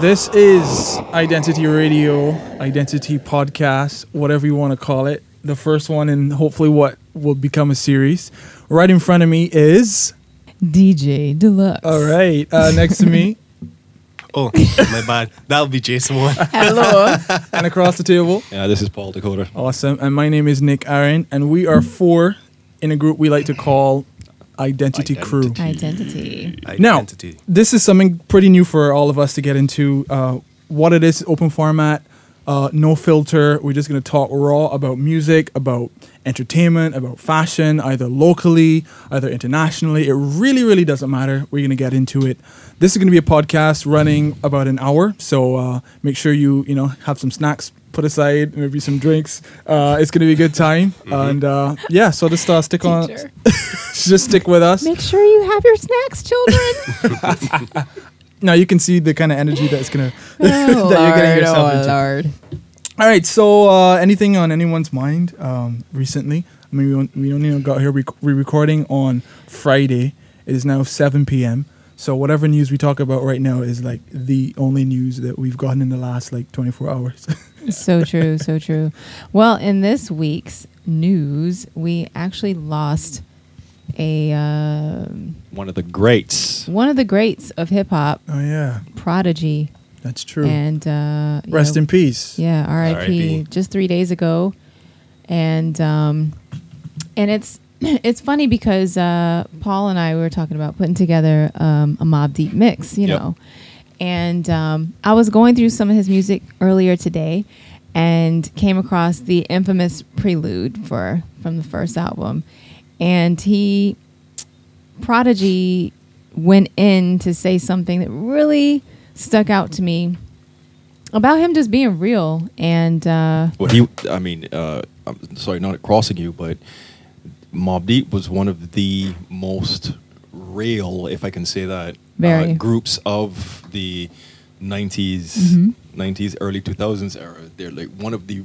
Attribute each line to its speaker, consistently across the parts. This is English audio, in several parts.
Speaker 1: This is Identity Radio, Identity Podcast, whatever you want to call it. The first one, and hopefully, what will become a series. Right in front of me is.
Speaker 2: DJ Deluxe.
Speaker 1: All right. Uh, next to me,
Speaker 3: Oh, my bad. That'll be Jason one.
Speaker 2: Hello.
Speaker 1: and across the table.
Speaker 4: Yeah, this is Paul Dakota.
Speaker 1: Awesome. And my name is Nick Aaron, and we are four in a group we like to call Identity, Crew.
Speaker 4: Identity.
Speaker 2: Identity.
Speaker 3: Identity.
Speaker 1: Now, this is something pretty new for all of us to get into. Uh, what it is, open format, uh, no filter. We're just going to talk raw about music, about entertainment, about fashion, either locally, either internationally. It really, really doesn't matter. We're going to get into it. This is going to be a podcast running about an hour, so uh, make sure you you know have some snacks put aside, maybe some drinks. Uh, it's going to be a good time, and uh, yeah. So just uh, stick on,
Speaker 2: Teacher.
Speaker 1: just stick with us.
Speaker 2: Make sure you have your snacks, children.
Speaker 1: Now you can see the kind of energy that's gonna that you're
Speaker 2: oh,
Speaker 1: getting
Speaker 2: Lord,
Speaker 1: yourself
Speaker 2: oh,
Speaker 1: into.
Speaker 2: Lord.
Speaker 1: All right, so uh, anything on anyone's mind um, recently? I mean, we don't, we only got here rec- we recording on Friday. It is now 7 p.m. So whatever news we talk about right now is like the only news that we've gotten in the last like 24 hours.
Speaker 2: So true, so true. Well, in this week's news, we actually lost a um
Speaker 4: One of the greats.
Speaker 2: one of the greats of hip hop,
Speaker 1: oh yeah,
Speaker 2: Prodigy,
Speaker 1: that's true.
Speaker 2: and uh, you
Speaker 1: Rest
Speaker 2: know,
Speaker 1: in peace.
Speaker 2: Yeah, R.I.P.
Speaker 3: R.I.P..
Speaker 2: Just three days ago, and um, and it's it's funny because uh, Paul and I we were talking about putting together um, a Mob Deep mix, you
Speaker 4: Yep.
Speaker 2: know, and um, I was going through some of his music earlier today, and came across the infamous Prelude for from the first album, and he Prodigy went in to say something that really stuck out to me about him just being real and uh,
Speaker 4: Well, he. I mean, uh, I'm sorry, not crossing you, but Mob Deep was one of the most real, if I can say that,
Speaker 2: Very.
Speaker 4: uh, groups of the '90s,
Speaker 2: Mm-hmm.
Speaker 4: '90s, early 2000s era. They're like one of the.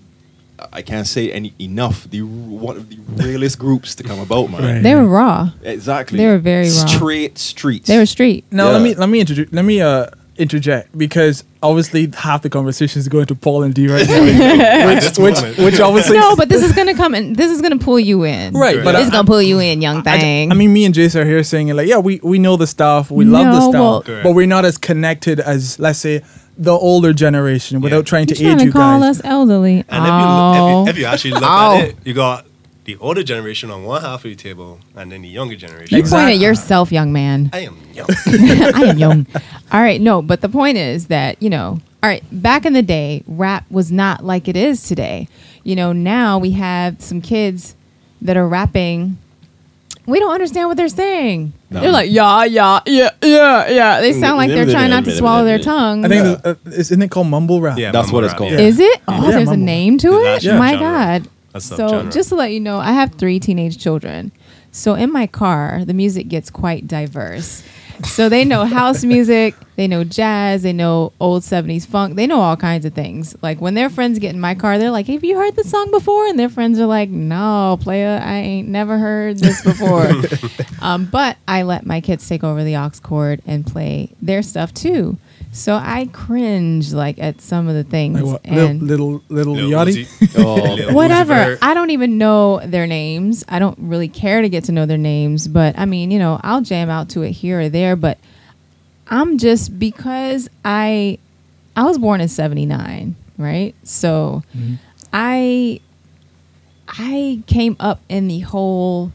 Speaker 4: I can't say any enough. The one of the realest groups to come about, man.
Speaker 1: Right.
Speaker 2: they were raw.
Speaker 4: Exactly.
Speaker 2: They were very raw.
Speaker 4: straight streets.
Speaker 2: They were street.
Speaker 1: Now let
Speaker 4: Yeah.
Speaker 1: me let me introduce let me uh interject because obviously half the conversations go into Paul and D right now, which which,
Speaker 3: moment.
Speaker 1: which obviously
Speaker 2: No, but this is gonna come and this is gonna pull you in.
Speaker 1: Right, but
Speaker 2: it's
Speaker 1: I-
Speaker 2: gonna pull you in, young
Speaker 1: I-
Speaker 2: thing.
Speaker 1: I, mean, me and Jace are here saying like, yeah, we, we know the stuff, we love the
Speaker 2: No, well-
Speaker 1: stuff,
Speaker 3: Correct.
Speaker 1: but we're not as connected as let's say the older generation. Without trying to
Speaker 2: you trying
Speaker 1: age
Speaker 2: to
Speaker 1: you
Speaker 2: call
Speaker 1: guys,
Speaker 2: us elderly?
Speaker 3: And if you, look,
Speaker 2: Oh.
Speaker 3: if, you, if you actually look
Speaker 2: Ow.
Speaker 3: at it, you got the older generation on one half of the table and then the younger generation.
Speaker 2: you
Speaker 1: Exactly.
Speaker 2: point at yourself, young man.
Speaker 3: I am young.
Speaker 2: I am young. All right, no, but the point is that you know. All right, back in the day, rap was not like it is today. You know, now we have some kids that are rapping. We don't understand what they're saying.
Speaker 4: No.
Speaker 2: They're like, yeah, yeah, yeah, yeah, yeah. They sound like they're trying not to swallow their tongue.
Speaker 1: I think there's- uh, is- isn't it called mumble rap?
Speaker 3: Yeah,
Speaker 4: That's
Speaker 3: mumble
Speaker 4: what it's
Speaker 3: rap,
Speaker 4: called.
Speaker 3: yeah.
Speaker 2: Is it? Oh,
Speaker 1: Yeah,
Speaker 2: there's a
Speaker 1: mumble.
Speaker 2: name to it?
Speaker 3: That's a
Speaker 2: My
Speaker 3: genre.
Speaker 2: God.
Speaker 3: That's a
Speaker 2: so,
Speaker 3: genre.
Speaker 2: just to let you know, I have three teenage children. So, in my car, the music gets quite diverse. So, they know house music, they know jazz, they know old 70s funk, they know all kinds of things. Like, when their friends get in my car, they're like, Have you heard this song before? And their friends are like, No, playa, I ain't never heard this before. um, but I let my kids take over the aux chord and play their stuff too. So I cringe like at some of the things
Speaker 1: Like what, little
Speaker 2: and
Speaker 1: little little
Speaker 3: Lil
Speaker 1: yachty.
Speaker 3: Uzi.
Speaker 4: Oh,
Speaker 3: Lil Uzi
Speaker 2: whatever.
Speaker 3: Vert.
Speaker 2: I don't even know their names. I don't really care to get to know their names, but I mean, you know, I'll jam out to it here or there, but I'm just because I I was born in 79, right? So
Speaker 3: Mm-hmm.
Speaker 2: I I came up in the whole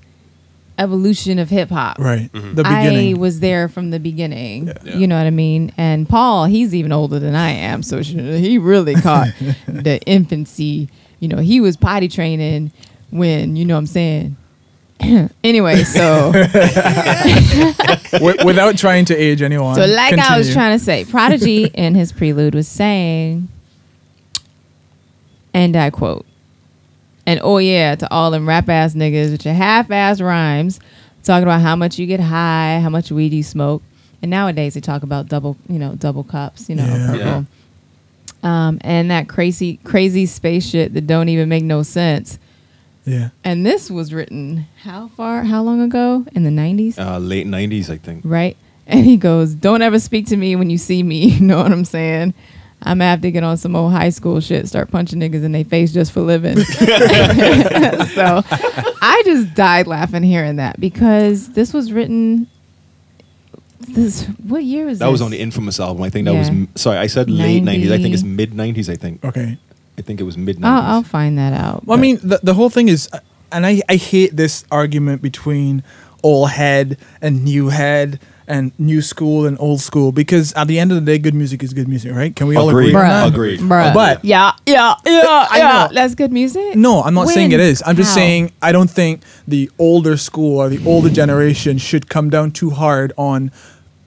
Speaker 2: evolution of hip hop.
Speaker 1: Right, the beginning.
Speaker 2: I was there from the beginning.
Speaker 4: Yeah.
Speaker 2: You know what I mean? And Paul, he's even older than I am, so sh- he really caught the infancy. You know, he was potty training when, you know what I'm saying? anyway, so
Speaker 1: Wi- without trying to age anyone.
Speaker 2: so like I was
Speaker 1: Continue.
Speaker 2: trying to say, Prodigy in his prelude was saying, and I quote, and oh yeah, to all them rap ass niggas with your half ass rhymes, talking about how much you get high, how much weed you smoke, and nowadays they talk about double, you know, double cups, you know,
Speaker 1: Yeah.
Speaker 2: purple.
Speaker 4: Yeah.
Speaker 2: Um, and that crazy, crazy space shit that don't even make no sense.
Speaker 1: Yeah,
Speaker 2: And this was written how far, how long ago? In the 90s?
Speaker 4: Uh, late '90s, I think.
Speaker 2: right? And he goes, Don't ever speak to me when you see me. You know what I'm saying? I'm gonna have to get on some old high school shit, start punching niggas in their face just for living. so I just died laughing hearing that because this was written. This what year was
Speaker 4: That
Speaker 2: this?
Speaker 4: was on the infamous album. I think that
Speaker 2: Yeah.
Speaker 4: was m- sorry. I said late nineties. I think it's
Speaker 2: 90s.
Speaker 4: mid nineties. I think.
Speaker 1: Okay.
Speaker 4: I think it was mid
Speaker 2: I'll, I'll
Speaker 4: nineties.
Speaker 2: find that out.
Speaker 1: Well, I
Speaker 2: but-
Speaker 1: mean, the, the whole thing is, uh, and I, I hate this argument between old head and new head and new school and old school because at the end of the day, good music is good music, right? Can we all agree?
Speaker 4: Agreed.
Speaker 1: on
Speaker 2: Bruh.
Speaker 1: that?
Speaker 4: Agreed.
Speaker 2: Bruh.
Speaker 1: But-
Speaker 2: yeah, yeah, yeah,
Speaker 1: I
Speaker 2: yeah.
Speaker 1: know.
Speaker 2: That's good music.
Speaker 1: No, I'm not saying it
Speaker 2: When?
Speaker 1: is. I'm just
Speaker 2: How?
Speaker 1: saying I don't think the older school or the older generation should come down too hard on,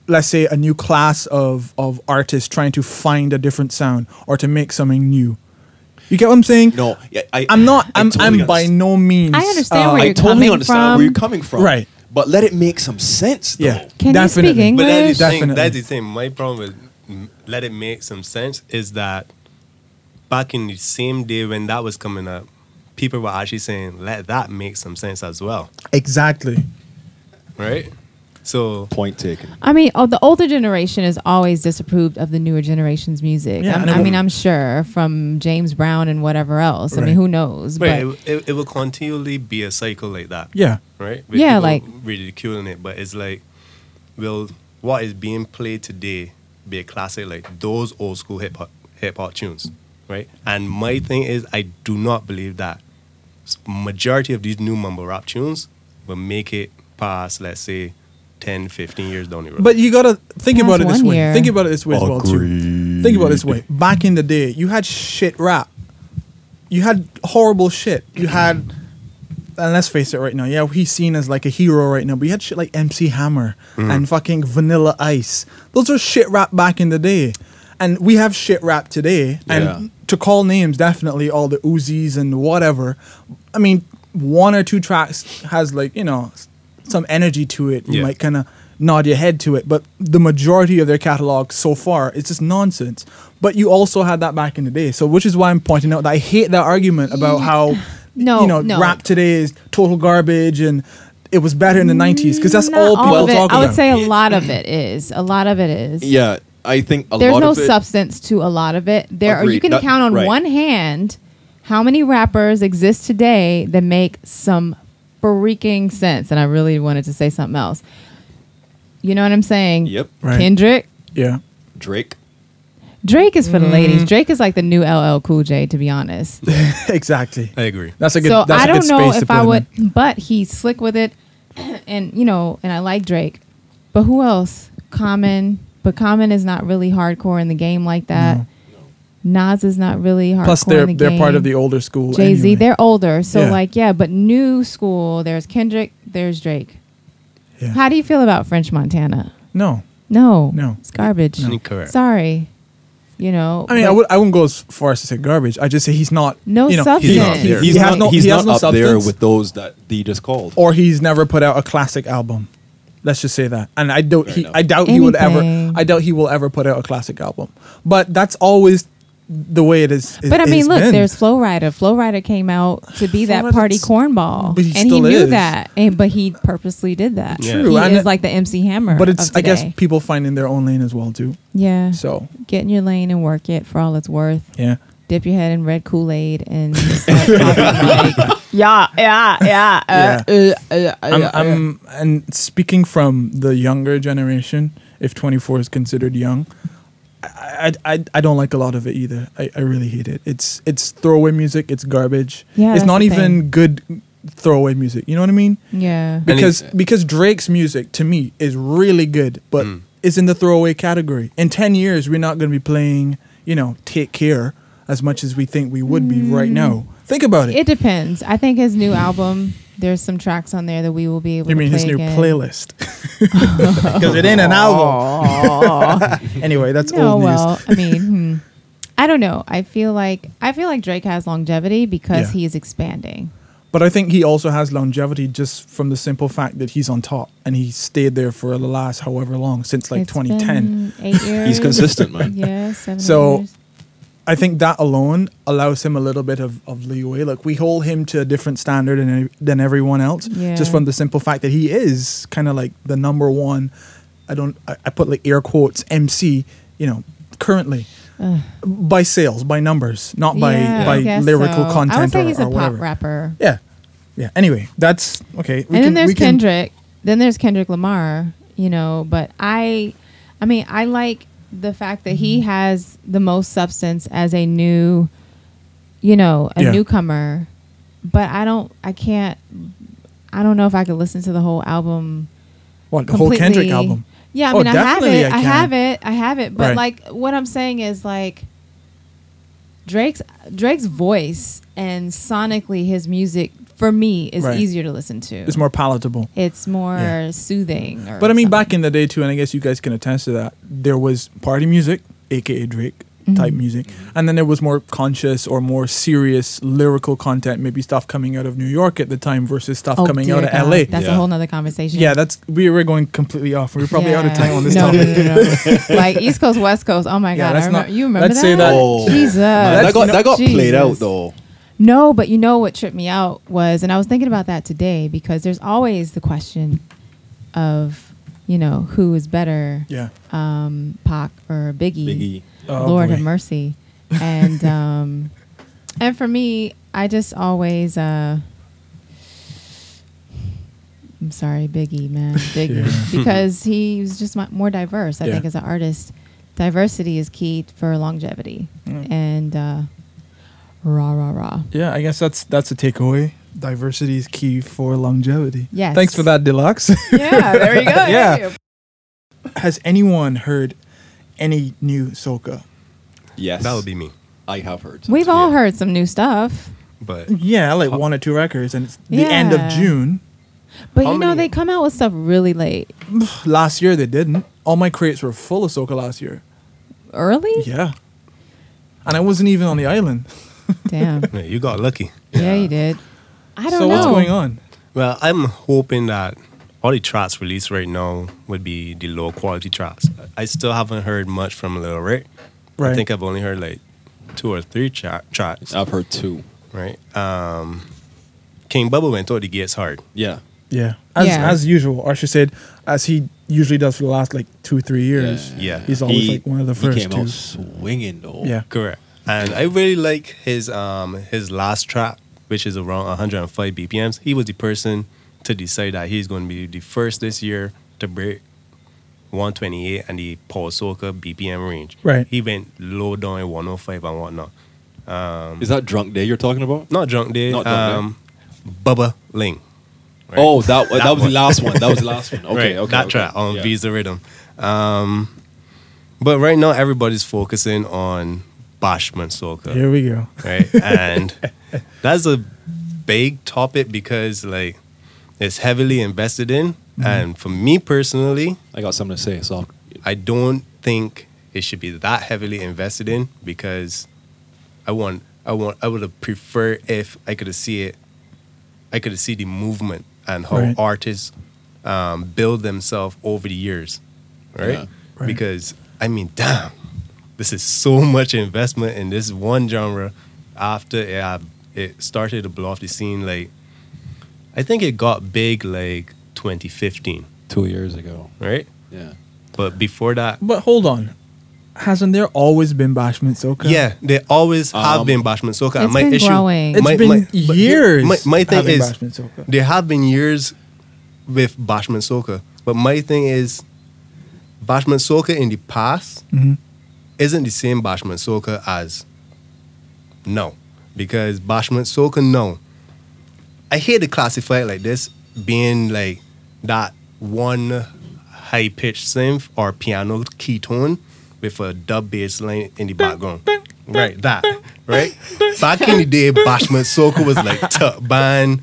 Speaker 1: let's say, a new class of, of artists trying to find a different sound or to make something new. You get what I'm saying?
Speaker 4: No, yeah, I,
Speaker 1: I'm not.
Speaker 4: I
Speaker 1: I'm,
Speaker 4: totally
Speaker 1: I'm by
Speaker 4: understand.
Speaker 1: no means.
Speaker 2: I understand
Speaker 1: uh,
Speaker 2: where
Speaker 4: I
Speaker 2: you're
Speaker 4: totally
Speaker 2: coming
Speaker 4: understand
Speaker 2: from.
Speaker 4: where you're coming from.
Speaker 1: Right.
Speaker 4: But let it make some sense, though.
Speaker 1: Yeah.
Speaker 2: Can you speak
Speaker 1: definitely.
Speaker 2: English?
Speaker 3: But that is the thing,
Speaker 1: Definitely.
Speaker 3: that's the thing. My problem with mm, let it make some sense is that back in the same day when that was coming up, people were actually saying let that make some sense as well,
Speaker 1: Exactly.
Speaker 3: right? So
Speaker 4: Point taken.
Speaker 2: I mean, oh, the older generation is always disapproved of the newer generation's music.
Speaker 1: Yeah,
Speaker 2: I'm-
Speaker 1: and it
Speaker 2: I
Speaker 1: will-
Speaker 2: mean, I'm sure from James Brown and whatever else. I
Speaker 1: Right.
Speaker 2: mean, who knows?
Speaker 3: but
Speaker 2: But
Speaker 3: it, it, it will continually be a cycle like that.
Speaker 1: Yeah.
Speaker 3: Right.
Speaker 2: Yeah,
Speaker 3: people
Speaker 2: like-
Speaker 3: ridiculing it, but it's like, will what is being played today be a classic like those old school hip hop hip hop tunes, right? And my thing is, I do not believe that s- majority of these new mumble rap tunes will make it past, let's say, 10, 15 years down the road.
Speaker 1: But you gotta think
Speaker 2: That's
Speaker 1: about it this
Speaker 2: one
Speaker 1: way.
Speaker 2: year.
Speaker 1: Think about it this way as well too. Think about it this way. Back in the day, you had shit rap. You had horrible shit. You had, and let's face it, right now, yeah, he's seen as like a hero right now. But you had shit like MC Hammer and fucking Vanilla Ice. Those are shit rap back in the day, and we have shit rap today. And
Speaker 4: Yeah.
Speaker 1: to call names, definitely all the Uzis and whatever. I mean, one or two tracks has like you know s- some energy to it. You
Speaker 3: Yeah.
Speaker 1: might kind of nod your head to it, but the majority of their catalog so far it's just nonsense. But you also had that back in the day, so which is why I'm pointing out that I hate that argument about how
Speaker 2: No,
Speaker 1: you know
Speaker 2: no.
Speaker 1: rap today is total garbage and it was better in the '90s because that's
Speaker 2: not
Speaker 1: all people
Speaker 2: of it.
Speaker 1: talk
Speaker 2: I would
Speaker 1: about.
Speaker 2: say a lot of it is. A lot of it is.
Speaker 4: Yeah, I think a
Speaker 2: There's
Speaker 4: lot
Speaker 2: no
Speaker 4: of it.
Speaker 2: substance to a lot of it. There, are, you
Speaker 4: Agreed.
Speaker 2: can
Speaker 4: That-
Speaker 2: count on
Speaker 4: right.
Speaker 2: one hand how many rappers exist today that make some freaking sense. And I really wanted to say something else. You know what I'm saying?
Speaker 4: Yep.
Speaker 1: Right.
Speaker 2: Kendrick,
Speaker 1: yeah,
Speaker 4: Drake.
Speaker 2: Drake is for the
Speaker 1: Mm-hmm.
Speaker 2: ladies. Drake is like the new LL Cool J, to be honest.
Speaker 1: exactly.
Speaker 3: I agree.
Speaker 1: That's a good.
Speaker 2: so
Speaker 1: that's
Speaker 2: I
Speaker 1: a good
Speaker 2: don't know
Speaker 1: space to
Speaker 2: if
Speaker 1: put
Speaker 2: I
Speaker 1: him
Speaker 2: would,
Speaker 1: in.
Speaker 2: but he's slick with it, and you know, and I like Drake, but who else? Common, but Common is not really hardcore in the game like that. Nas is not really hardcore.
Speaker 1: Plus, they're
Speaker 2: in the
Speaker 1: they're part
Speaker 2: game.
Speaker 1: of the older school.
Speaker 2: Jay Z.
Speaker 1: anyway.
Speaker 2: They're older, so
Speaker 1: Yeah.
Speaker 2: like yeah, but new school. There's Kendrick. There's Drake.
Speaker 1: Yeah.
Speaker 2: How do you feel about French Montana?
Speaker 1: no.
Speaker 2: No,
Speaker 1: No.
Speaker 2: it's garbage.
Speaker 3: No. Incorrect.
Speaker 2: Sorry, you know.
Speaker 1: I mean, I
Speaker 2: but-
Speaker 1: would. I wouldn't go as far as to say garbage. I just say he's not.
Speaker 2: No
Speaker 1: you know, He's
Speaker 2: substance.
Speaker 4: He's
Speaker 1: not.
Speaker 4: not
Speaker 2: Yes.
Speaker 4: there.
Speaker 1: He
Speaker 4: He's
Speaker 1: has
Speaker 4: not,
Speaker 1: no.
Speaker 4: he's
Speaker 1: he has
Speaker 4: not
Speaker 1: no
Speaker 4: up
Speaker 1: substance. Oh.
Speaker 4: there with those that he just called.
Speaker 1: or he's never put out a classic album. Let's just say that. And I don't.
Speaker 4: Fair
Speaker 1: He,
Speaker 4: enough.
Speaker 1: I doubt he would ever.
Speaker 2: Anything.
Speaker 1: I doubt he will ever put out a classic album. But that's always the way it is. it-
Speaker 2: But I
Speaker 1: it's
Speaker 2: mean, look,
Speaker 1: been.
Speaker 2: there's Flow Rider. Flow Rider came out to be
Speaker 1: Flo
Speaker 2: that
Speaker 1: Rida's-
Speaker 2: party cornball,
Speaker 1: but he
Speaker 2: and he
Speaker 1: still
Speaker 2: knew
Speaker 1: is.
Speaker 2: that. And but he purposely did that.
Speaker 3: Yeah.
Speaker 1: True,
Speaker 2: he
Speaker 1: and
Speaker 2: is
Speaker 1: it-
Speaker 2: like the MC Hammer.
Speaker 1: But it's.
Speaker 2: of
Speaker 1: I guess
Speaker 2: today.
Speaker 1: people finding their own lane as well too.
Speaker 2: yeah.
Speaker 1: So
Speaker 2: get in your lane and work it for all it's worth.
Speaker 1: yeah.
Speaker 2: Dip your head in red Kool Aid and start talking like, yeah, yeah, yeah. uh, uh, uh, uh,
Speaker 1: I'm,
Speaker 2: uh."
Speaker 1: I'm and speaking from the younger generation, if 24 is considered young, I, I, I, I don't like a lot of it either. I, I really hate it. It's it's throwaway music. It's garbage.
Speaker 2: Yeah,
Speaker 1: it's
Speaker 2: that's
Speaker 1: not
Speaker 2: the
Speaker 1: even good throwaway music. You know what I mean?
Speaker 2: yeah.
Speaker 3: And
Speaker 1: Because
Speaker 4: it's-
Speaker 1: because Drake's music to me is really good, but it's in the throwaway category. In 10 years, we're not going to be playing you know Take Care as much as we think we would be right
Speaker 2: Mm.
Speaker 1: now. Think about it.
Speaker 2: It depends. I think his new album. There's some tracks on there that we will be able.
Speaker 1: you
Speaker 2: to
Speaker 1: mean
Speaker 2: play
Speaker 1: his new
Speaker 2: again.
Speaker 1: playlist? Because it ain't an album.
Speaker 2: Aw.
Speaker 1: Anyway, that's
Speaker 2: No,
Speaker 1: old news.
Speaker 2: Oh, well, I mean, hmm. I don't know. I feel like I feel like Drake has longevity because
Speaker 1: Yeah.
Speaker 2: he is expanding.
Speaker 1: But I think he also has longevity just from the simple fact that he's on top and he stayed there for the last however long since like
Speaker 2: It's
Speaker 1: 2010.
Speaker 2: been eight years.
Speaker 4: He's consistent, man.
Speaker 2: Yeah, seven
Speaker 1: So-
Speaker 2: years.
Speaker 1: I think that alone allows him a little bit of, of leeway. Like we hold him to a different standard than, than everyone else
Speaker 2: Yeah.
Speaker 1: just from the simple fact that he is kind of like the number one I don't. I, I put like air quotes MC. You know, currently by sales, by numbers, not by
Speaker 2: Yeah, I
Speaker 1: by
Speaker 2: guess
Speaker 1: lyrical
Speaker 2: so.
Speaker 1: content
Speaker 2: I would say
Speaker 1: or,
Speaker 2: he's
Speaker 1: or
Speaker 2: a pop
Speaker 1: whatever.
Speaker 2: rapper.
Speaker 1: Yeah, yeah. Anyway, that's okay. we
Speaker 2: and
Speaker 1: can-
Speaker 2: then there's
Speaker 1: we can-
Speaker 2: Kendrick. Then there's Kendrick Lamar, you know, but I I mean, I like the fact that
Speaker 1: Mm-hmm.
Speaker 2: he has the most substance as a new you know, a
Speaker 1: Yeah.
Speaker 2: newcomer. But I don't I can't I don't know if I could listen to the whole album
Speaker 1: What the whole Kendrick
Speaker 2: completely-
Speaker 1: album?
Speaker 2: Yeah, I
Speaker 1: Oh,
Speaker 2: mean, I have
Speaker 1: definitely
Speaker 2: it.
Speaker 1: I
Speaker 2: I,
Speaker 1: can.
Speaker 2: have it. I have it. But
Speaker 1: Right.
Speaker 2: like, what I'm saying is like, Drake's Drake's voice and sonically his music for me is
Speaker 1: Right.
Speaker 2: easier to listen to.
Speaker 1: It's more palatable.
Speaker 2: It's more
Speaker 1: Yeah.
Speaker 2: soothing. Or
Speaker 1: But I mean,
Speaker 2: something.
Speaker 1: back in the day too, and I guess you guys can attest to that. There was party music, aka Drake
Speaker 2: Mm-hmm.
Speaker 1: type music, and then there was more conscious or more serious lyrical content, maybe stuff coming out of New York at the time versus stuff
Speaker 2: Oh,
Speaker 1: coming
Speaker 2: dear
Speaker 1: out of
Speaker 2: God,
Speaker 1: LA.
Speaker 2: That's a
Speaker 4: Yeah.
Speaker 2: whole nother conversation.
Speaker 1: yeah, that's we were going completely off. We were probably out of
Speaker 2: Yeah.
Speaker 1: time on this
Speaker 2: no,
Speaker 1: topic.
Speaker 2: No, no, no. like East Coast, West Coast. Oh my
Speaker 1: Yeah,
Speaker 2: God! I
Speaker 1: let's
Speaker 2: remember,
Speaker 1: not-
Speaker 2: you remember
Speaker 1: let's
Speaker 2: that?
Speaker 1: say that-
Speaker 4: Oh,
Speaker 2: Jesus.
Speaker 4: man, that got that got played out
Speaker 2: Jesus.
Speaker 4: though.
Speaker 2: No, but you know what tripped me out was, and I was thinking about that today because there's always the question of, you know, who is better,
Speaker 1: Yeah.
Speaker 2: um, Pac or Biggie?
Speaker 4: Biggie.
Speaker 1: Oh,
Speaker 2: Lord
Speaker 1: boy.
Speaker 2: have mercy. And um, and for me, I just always. Uh, I'm sorry, Biggie, man, Biggie,
Speaker 1: Yeah.
Speaker 2: because he was just mu- more diverse. I
Speaker 1: Yeah.
Speaker 2: think as an artist, diversity is key for longevity.
Speaker 1: Mm.
Speaker 2: And uh, rah rah rah.
Speaker 1: Yeah, I guess that's that's a takeaway. Diversity is key for longevity.
Speaker 2: Yes.
Speaker 1: Thanks for that, Deluxe.
Speaker 2: Yeah, there you go.
Speaker 1: Yeah. Has anyone heard any new soca?
Speaker 4: Yes,
Speaker 3: That would be me.
Speaker 4: I have heard.
Speaker 2: We've all
Speaker 4: Yeah.
Speaker 2: heard some new stuff,
Speaker 3: But
Speaker 1: Yeah, like one or two records, and it's the end
Speaker 2: Yeah.
Speaker 1: of June.
Speaker 2: but
Speaker 3: How
Speaker 2: you know they
Speaker 3: many-
Speaker 2: come out with stuff really late,
Speaker 1: Last year they didn't. All my crates were full of soca last year.
Speaker 2: early.
Speaker 1: Yeah, and I wasn't even on the island.
Speaker 2: Damn.
Speaker 3: yeah, you got lucky.
Speaker 2: Yeah, you did. I don't
Speaker 1: so
Speaker 2: know.
Speaker 1: what's going on?
Speaker 3: Well, I'm hoping that all the tracks released right now would be the low quality tracks. I still haven't heard much from Lil Rick.
Speaker 1: Right.
Speaker 3: I think I've only heard like two or three tra- tracks.
Speaker 4: I've heard two.
Speaker 3: Right. Um, King Bubba went through the gates hard.
Speaker 4: Yeah,
Speaker 1: Yeah, as
Speaker 2: Yeah.
Speaker 1: as usual, Arsha said, as he usually does for the last like two three years.
Speaker 3: Yeah. Yeah.
Speaker 1: he's always like one of the first
Speaker 4: He came
Speaker 1: two.
Speaker 4: out swinging though.
Speaker 1: Yeah.
Speaker 3: Correct. And I really like his um his last track, which is around 105 BPMs. He was the person to decide that he's going to be the first this year to break 128 and the Paul Soka BPM range.
Speaker 1: Right.
Speaker 3: He went low down at 105 and whatnot.
Speaker 4: Is that drunk day you're talking about?
Speaker 3: Not drunk day.
Speaker 4: Not Drunk Day.
Speaker 3: um, Bubba Ling. right?
Speaker 4: Oh, that that,
Speaker 3: That
Speaker 4: was
Speaker 3: one.
Speaker 4: the last one. That was the last one. Okay,
Speaker 3: Right,
Speaker 4: okay.
Speaker 3: That
Speaker 4: okay.
Speaker 3: track on
Speaker 4: Yeah.
Speaker 3: Visa Rhythm. Um, but right now everybody's focusing on Bashman Soka.
Speaker 1: Here we go.
Speaker 3: right? And that's a big topic because like it's heavily invested in, and for me personally,
Speaker 4: I got something to say. So
Speaker 3: I don't think it should be that heavily invested in because I want, I want, I would have preferred if I could have see it, I could have see the movement and how
Speaker 1: Right.
Speaker 3: artists um, build themselves over the years, right?
Speaker 4: Yeah.
Speaker 1: Right.
Speaker 3: Because I mean, damn, this is so much investment in this one genre. After it, have- it started to blow off the scene, like I think it got big like 2015,
Speaker 4: two years ago.
Speaker 3: right?
Speaker 4: Yeah.
Speaker 3: But before that,
Speaker 1: But hold on, hasn't there always been Bashment soca?
Speaker 3: Yeah, they always have
Speaker 4: Um,
Speaker 3: been Bashment Soka. and
Speaker 2: It's
Speaker 3: my
Speaker 2: been
Speaker 3: issue,
Speaker 2: growing.
Speaker 1: It's
Speaker 3: my,
Speaker 1: been
Speaker 3: my- but here-
Speaker 1: years
Speaker 3: My, my thing
Speaker 1: having
Speaker 3: is,
Speaker 1: Bashment soca.
Speaker 3: there have been years with Bashment Soka, but my thing is, Bashment Soka in the past
Speaker 1: Mhm.
Speaker 3: isn't the same Bashment Soka as now, because Bashment Soka now, I hate to classify it like this, being like that one high pitched synth or piano key tone with a dub bass line in the background. Right, that. Right? Back in the day, Bashment Soka was like tuck band.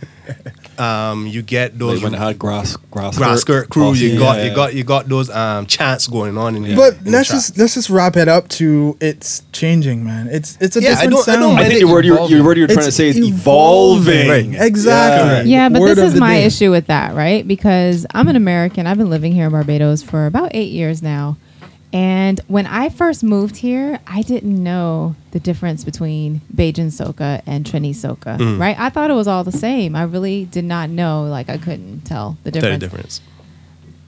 Speaker 3: Um, you get
Speaker 4: Like
Speaker 3: those
Speaker 4: when I had grass grass
Speaker 3: grass skirt crew, you
Speaker 4: Yeah,
Speaker 3: got
Speaker 4: yeah,
Speaker 3: you got you got those um chants going on in the
Speaker 1: But
Speaker 3: in the
Speaker 1: let's
Speaker 3: track.
Speaker 1: just let's just wrap it up to it's changing, man. It's it's a
Speaker 3: Yeah, I
Speaker 1: different
Speaker 3: don't- I
Speaker 1: sound.
Speaker 3: don't
Speaker 4: I
Speaker 3: mind
Speaker 4: think
Speaker 3: it
Speaker 4: the word you're,
Speaker 3: evolving.
Speaker 4: the word you're trying to say is evolving.
Speaker 1: Exactly.
Speaker 2: Yeah, but
Speaker 1: Word
Speaker 2: this
Speaker 1: of
Speaker 2: is
Speaker 1: the
Speaker 2: my
Speaker 1: day.
Speaker 2: issue with that, right? Because I'm an American. I've been living here in Barbados for about eight years now. And when I first moved here, I didn't know the difference between Bajan Soka and Trini Soka, right? I thought it was all the same. I really did not know. Like, I couldn't tell the
Speaker 3: Tell the
Speaker 2: difference.
Speaker 3: difference.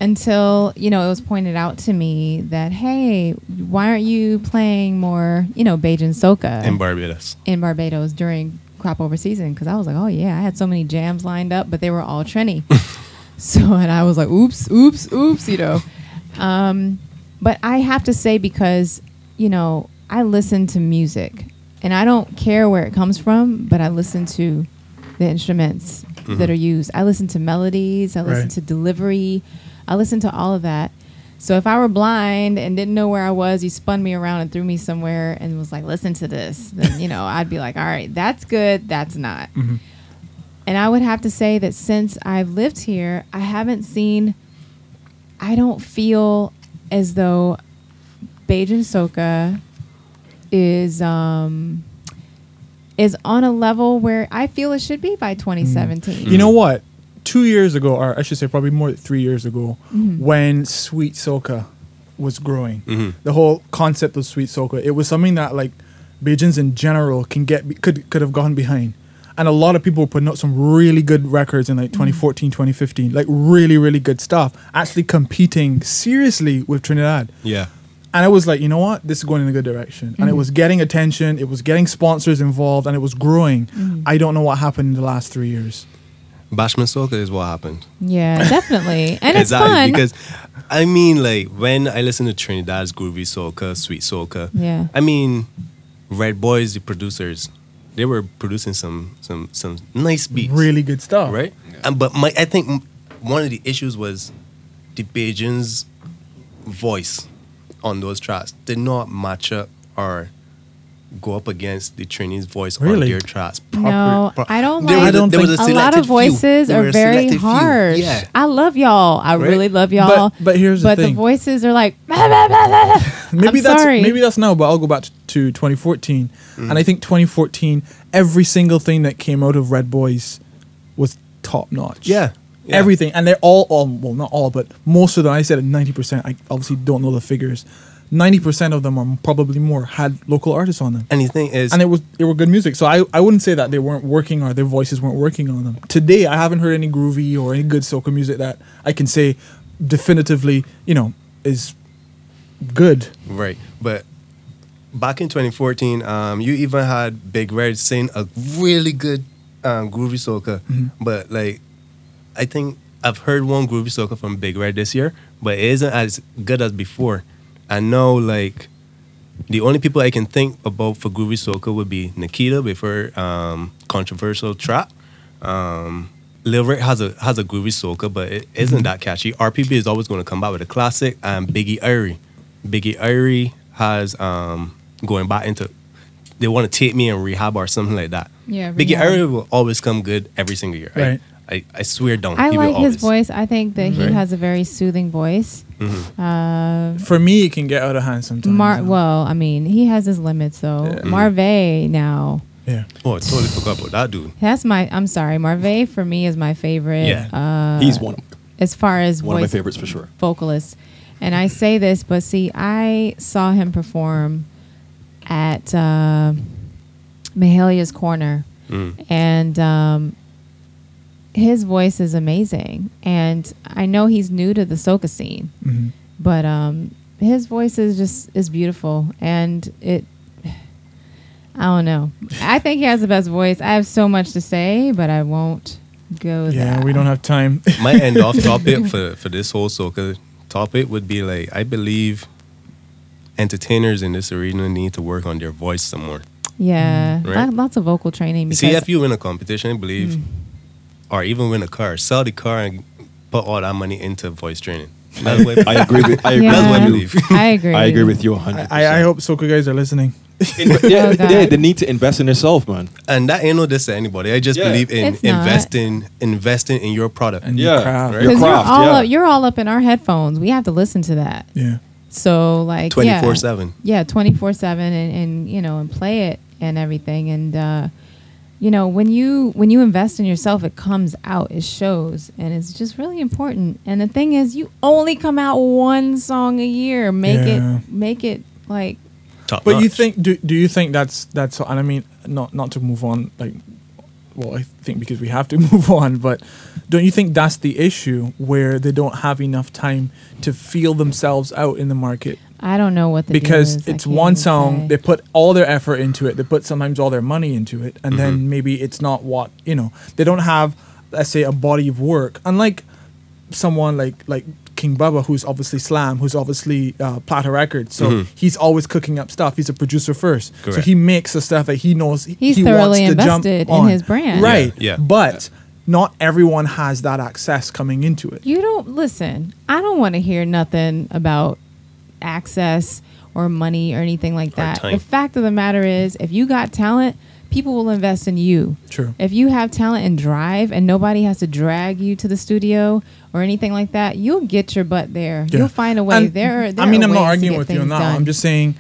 Speaker 2: until you know it was pointed out to me that hey, why aren't you playing more you know Bajan soca
Speaker 3: in Barbados.
Speaker 2: in Barbados during crop over season because I was like, oh yeah, I had so many jams lined up, but they were all Trini. so and I was like, oops, oops, oops, you know. Um, but I have to say because you know I listen to music, and I don't care where it comes from, but I listen to the instruments that are used. I listen to melodies. I listen
Speaker 1: Right.
Speaker 2: to delivery. I listen to all of that. So if I were blind and didn't know where I was, you spun me around and threw me somewhere and was like, "Listen to this." Then you know, I'd be like, "All right, that's good, that's not." And I would have to say that since I've lived here, I haven't seen I don't feel as though Bajan Soka is um is on a level where I feel it should be by 2017.
Speaker 1: You know what? Two years ago, or I should say probably more than three years ago, when Sweet Soca was growing,
Speaker 4: Mm-hmm.
Speaker 1: the whole concept of Sweet Soca, it was something that like Bajans in general can get could could have gone behind. And a lot of people were putting out some really good records in like 2014, 2015, like really, really good stuff, actually competing seriously with Trinidad.
Speaker 3: Yeah.
Speaker 1: And I was like, you know what? This is going in a good direction. And it
Speaker 2: Mm-hmm.
Speaker 1: was getting attention, it was getting sponsors involved, and it was growing.
Speaker 2: Mm.
Speaker 1: I don't know what happened in the last three years.
Speaker 3: Bashman Soca is what happened.
Speaker 2: Yeah, definitely. And it's
Speaker 3: exactly.
Speaker 2: fun.
Speaker 3: Because I mean, like when I listen to Trinidad's groovy soca, sweet soca.
Speaker 2: Yeah.
Speaker 3: I mean, Red Boys, the producers, they were producing some some some nice beats.
Speaker 1: Really good stuff.
Speaker 3: Right. And but my I think m- one of the issues was the Bajan's voice on those tracks did not match up or go up against the Trini's voice on
Speaker 1: Really?
Speaker 3: their tracks.
Speaker 2: no,
Speaker 3: Pro-
Speaker 2: I don't
Speaker 3: There
Speaker 2: like.
Speaker 3: was a-
Speaker 1: I don't
Speaker 3: there was
Speaker 1: think-
Speaker 2: a lot
Speaker 3: selected
Speaker 2: of
Speaker 3: few.
Speaker 2: voices
Speaker 3: There were
Speaker 2: are
Speaker 3: a
Speaker 2: very
Speaker 3: selected few.
Speaker 2: harsh.
Speaker 3: Yeah.
Speaker 2: I love y'all. I
Speaker 3: Right?
Speaker 2: really love y'all.
Speaker 1: But- but here's the
Speaker 2: but
Speaker 1: thing.
Speaker 2: voices are like. "Bah, bah, bah, bah, bah."
Speaker 1: Maybe
Speaker 2: I'm
Speaker 1: that's
Speaker 2: sorry.
Speaker 1: maybe that's now, but I'll go back to 2014.
Speaker 3: Mm.
Speaker 1: And I think 2014, every single thing that came out of Red Boys was top notch.
Speaker 3: Yeah, yeah.
Speaker 1: Everything. And they're all, all well, not all, but most of them, I said 90%. I obviously don't know the figures. 90% of them or probably more had local artists on them.
Speaker 3: And the thing is,
Speaker 1: and it was they were good music. So I, I wouldn't say that they weren't working or their voices weren't working on them. Today I haven't heard any groovy or any good soca music that I can say definitively, you know, is good.
Speaker 3: Right. But back in 2014, um, you even had Big Red sing a really good um, groovy soca. But like, I think I've heard one groovy soca from Big Red this year, but it isn't as good as before. I know like the only people I can think about for groovy soca would be Nikita before um, controversial trap. Um, Lil Rick has a has a groovy soca, but it
Speaker 2: Mm-hmm.
Speaker 3: isn't that catchy. RPB is always going to come back with a classic, and Biggie Irie. Biggie Irie has um, going back into. They want to take me in rehab or something like that.
Speaker 2: Yeah,
Speaker 3: Biggie
Speaker 2: Rehab.
Speaker 3: Irie will always come good every single year. I-
Speaker 1: Right.
Speaker 3: I, I swear down.
Speaker 2: I
Speaker 3: he will
Speaker 2: like his
Speaker 3: always.
Speaker 2: voice. I think that he
Speaker 3: Right. Mm-hmm.
Speaker 2: has a very soothing voice. Uh,
Speaker 1: For me, it can get out of hand sometimes.
Speaker 2: Mar- well, I mean, he has his limits though.
Speaker 4: Mm-hmm.
Speaker 2: Marvey now.
Speaker 1: yeah.
Speaker 3: Oh, I totally forgot about that dude.
Speaker 2: That's my. I'm sorry. Marvey for me is my favorite.
Speaker 3: Yeah.
Speaker 2: Uh,
Speaker 4: He's one of,
Speaker 2: as far as
Speaker 4: one of my
Speaker 2: voice
Speaker 4: favorites for sure.
Speaker 2: vocalist. And I say this, but see, I saw him perform at uh, Mahalia's Corner, and um, his voice is amazing. And I know he's new to the soca scene,
Speaker 1: Mm-hmm.
Speaker 2: but um, his voice is just is beautiful, and it. I don't know. I think he has the best voice. I have so much to say, but I won't go there.
Speaker 1: Yeah, we don't have time.
Speaker 3: my end off topic for, for this whole soccer topic would be like I believe entertainers in this arena need to work on their voice some more.
Speaker 2: Yeah,
Speaker 3: Right.
Speaker 2: Lo- lots of vocal training.
Speaker 3: See
Speaker 2: Because
Speaker 3: if you win a competition, I believe,
Speaker 1: Mm.
Speaker 3: or even win a car, sell the car and put all that money into voice training. That's what
Speaker 4: I agree with I agree
Speaker 2: Yeah.
Speaker 3: that's what I
Speaker 4: with you.
Speaker 3: believe.
Speaker 2: I agree.
Speaker 4: I agree with you 100.
Speaker 1: I, I hope soca guys are listening.
Speaker 4: yeah,
Speaker 2: Oh,
Speaker 4: they,
Speaker 2: God.
Speaker 4: they need to invest in themselves, man.
Speaker 3: and that ain't no diss to anybody. I just
Speaker 4: Yeah.
Speaker 3: believe in
Speaker 2: It's not.
Speaker 3: investing investing in your product.
Speaker 1: And
Speaker 4: Yeah,
Speaker 1: your craft.
Speaker 4: right.
Speaker 2: because you're
Speaker 4: craft,
Speaker 2: all
Speaker 4: yeah.
Speaker 2: up, you're all up in our headphones. We have to listen to that.
Speaker 1: Yeah.
Speaker 2: So like yeah.
Speaker 3: 24/7.
Speaker 2: Yeah, twenty four seven, and and you know, and play it and everything. And uh, you know, when you when you invest in yourself, it comes out. It shows, and it's just really important. And the thing is, you only come out one song a year. Make
Speaker 1: Yeah.
Speaker 2: it make it like
Speaker 3: Top
Speaker 1: But you
Speaker 3: notch.
Speaker 1: think do do you think that's that's and I mean not not to move on like well, I think because we have to move on, but don't you think that's the issue where they don't have enough time to feel themselves out in the market?
Speaker 2: I don't know what the deal
Speaker 1: because
Speaker 2: is. I
Speaker 1: it's
Speaker 2: can't
Speaker 1: one
Speaker 2: even
Speaker 1: song
Speaker 2: say.
Speaker 1: they put all their effort into it they put sometimes all their money into it and
Speaker 3: Mm-hmm.
Speaker 1: then maybe it's not what you know they don't have let's say a body of work unlike someone like like king baba who's obviously slam who's obviously uh, platter records so he's always cooking up stuff he's a producer first so
Speaker 3: Mm-hmm. Correct.
Speaker 1: he makes the stuff that he knows
Speaker 2: He's
Speaker 1: he
Speaker 2: thoroughly
Speaker 1: wants to
Speaker 2: invested
Speaker 1: jump
Speaker 2: in
Speaker 1: on.
Speaker 2: his brand.
Speaker 1: right
Speaker 3: Yeah, yeah.
Speaker 1: but not everyone has that access coming into it
Speaker 2: You don't listen. I don't want to hear nothing about access or money or anything like that.
Speaker 3: time.
Speaker 2: The fact of the matter is, if you got talent, people will invest in you.
Speaker 1: True.
Speaker 2: If you have talent and drive and nobody has to drag you to the studio or anything like that, you'll get your butt there.
Speaker 1: Yeah.
Speaker 2: You'll find a way.
Speaker 1: And
Speaker 2: there, are- there
Speaker 1: I mean,
Speaker 2: are
Speaker 1: I'm not
Speaker 2: ways to
Speaker 1: arguing
Speaker 2: get
Speaker 1: with you on
Speaker 2: things
Speaker 1: that.
Speaker 2: done.
Speaker 1: I'm just saying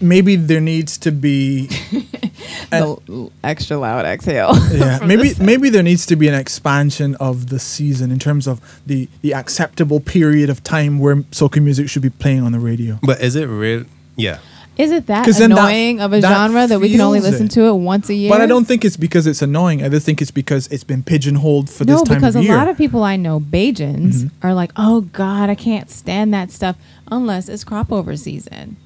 Speaker 1: maybe there needs to be
Speaker 2: the l- extra loud exhale.
Speaker 1: yeah
Speaker 2: from
Speaker 1: maybe
Speaker 2: this side.
Speaker 1: maybe there needs to be an expansion of the season in terms of the the acceptable period of time where soca music should be playing on the radio.
Speaker 3: But is it real? Yeah.
Speaker 2: Is it that
Speaker 1: 'Cause then that-
Speaker 2: annoying of a
Speaker 1: that
Speaker 2: genre that we can only
Speaker 1: fuels
Speaker 2: listen
Speaker 1: it.
Speaker 2: to it once a year?
Speaker 1: But I don't think it's because it's annoying. I just think it's because it's been pigeonholed for
Speaker 2: no,
Speaker 1: this time
Speaker 2: because
Speaker 1: of
Speaker 2: a
Speaker 1: year. Mm-hmm.
Speaker 2: lot of people I know, Bajans, are like, "Oh God, I can't stand that stuff unless it's crop over season."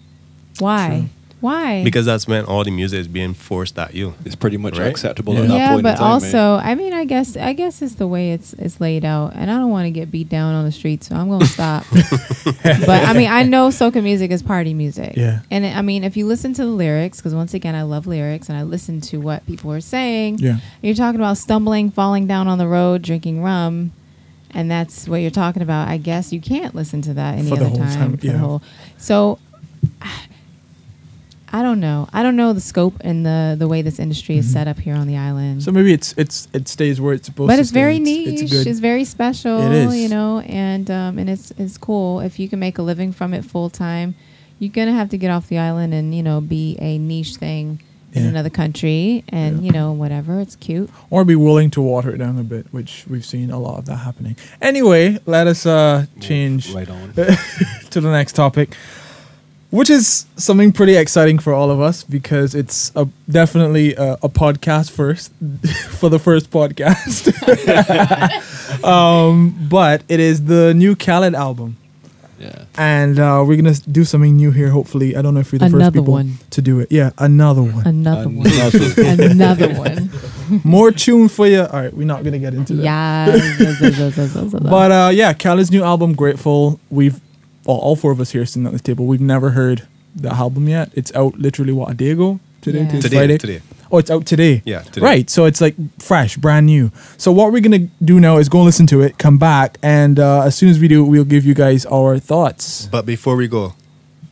Speaker 2: Why? Why?
Speaker 3: Because that's when all the music is being forced at you.
Speaker 4: It's pretty much
Speaker 3: Right?
Speaker 4: acceptable
Speaker 1: Yeah.
Speaker 4: at that
Speaker 2: yeah,
Speaker 4: point
Speaker 2: but
Speaker 4: in time. eh?
Speaker 2: also, I mean, I guess, I guess it's the way it's it's laid out, and I don't want to get beat down on the street, so I'm gonna stop. but I mean, I know soca music is party music,
Speaker 1: Yeah.
Speaker 2: And I mean, if you listen to the lyrics, because once again, I love lyrics, and I listen to what people are saying.
Speaker 1: Yeah.
Speaker 2: you're talking about stumbling, falling down on the road, drinking rum, and that's what you're talking about. I guess you can't listen to that any
Speaker 1: For the
Speaker 2: other
Speaker 1: whole
Speaker 2: time.
Speaker 1: time,
Speaker 2: for
Speaker 1: yeah.
Speaker 2: the whole. So I don't know. I don't know the scope and the the way this industry is set up here on the island.
Speaker 1: Mm-hmm. so maybe it's it's it stays where it's supposed
Speaker 2: but
Speaker 1: to.
Speaker 2: it's
Speaker 1: stay.
Speaker 2: very
Speaker 1: It's,
Speaker 2: niche.
Speaker 1: it's
Speaker 2: It's,
Speaker 1: good.
Speaker 2: very special.
Speaker 1: It is.
Speaker 2: You know, and um, and it's it's cool if you can make a living from it full time. You're gonna have to get off the island and you know be a niche thing in
Speaker 1: Yeah.
Speaker 2: another country and
Speaker 1: Yeah.
Speaker 2: you know whatever. It's cute.
Speaker 1: or be willing to water it down a bit, which we've seen a lot of that happening. Anyway, let us uh change
Speaker 4: Right on.
Speaker 1: to the next topic, which is something pretty exciting for all of us because it's a, definitely a, a podcast first for the first podcast. um, but it is the new Khaled album,
Speaker 4: yeah.
Speaker 1: and uh, we're gonna s- do something new here. Hopefully, I don't know if we're the first
Speaker 2: Another
Speaker 1: people
Speaker 2: one.
Speaker 1: to do it. Yeah, another one,
Speaker 2: Another one.
Speaker 4: Another.
Speaker 2: Another one.
Speaker 1: more tune for you. All right, we're not gonna get into that.
Speaker 2: Yeah.
Speaker 1: But uh, yeah, Khaled's new album, Grateful. We've all, all four of us here sitting at this table. We've never heard the album yet. It's out literally what a day ago today.
Speaker 2: Yeah.
Speaker 1: Today's
Speaker 3: Today,
Speaker 1: Friday?
Speaker 3: today.
Speaker 1: Oh, it's out today.
Speaker 3: Yeah, today.
Speaker 1: Right. So it's like fresh, brand new. So what we're gonna do now is go listen to it, come back, and uh, as soon as we do, we'll give you guys our thoughts.
Speaker 3: But before we go,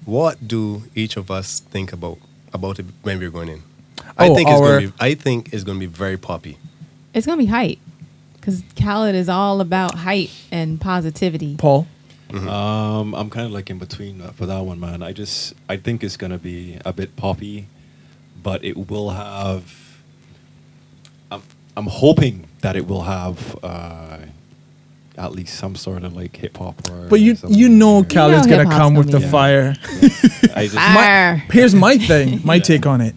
Speaker 3: what do each of us think about about it when we're going in? I
Speaker 1: Oh,
Speaker 3: think it's
Speaker 1: our-
Speaker 3: gonna be I think it's gonna be very poppy.
Speaker 2: it's gonna be hype because Khaled is all about hype and positivity.
Speaker 1: Paul.
Speaker 4: Um, I'm kind of like in between that- for that one, man. I just I think it's gonna be a bit poppy, but it will have. I'm I'm hoping that it will have uh, at least some sort of like hip hop or.
Speaker 1: But you
Speaker 4: something
Speaker 1: you know
Speaker 4: there.
Speaker 1: Khaled's gonna
Speaker 2: hip-hop's
Speaker 1: come with the
Speaker 2: gonna be-
Speaker 1: fire.
Speaker 4: I just,
Speaker 2: Ah. Arr.
Speaker 1: My, here's my thing, my
Speaker 4: Yeah.
Speaker 1: take on it.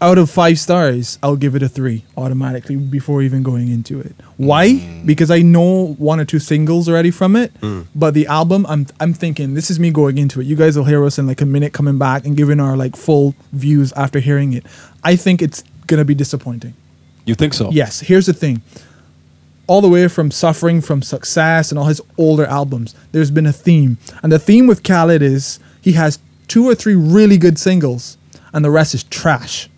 Speaker 1: Out of five stars, I'll give it a three automatically before even going into it. Why? Because I know one or two singles already from it, but the album, I'm I'm thinking this is me going into it. You guys will hear us in like a minute coming back and giving our like full views after hearing it. I think it's gonna be disappointing.
Speaker 4: you think so?
Speaker 1: Yes, here's the thing. All the way from Suffering from Success and all his older albums, there's been a theme. And the theme with Khaled is he has two or three really good singles, and the rest is trash.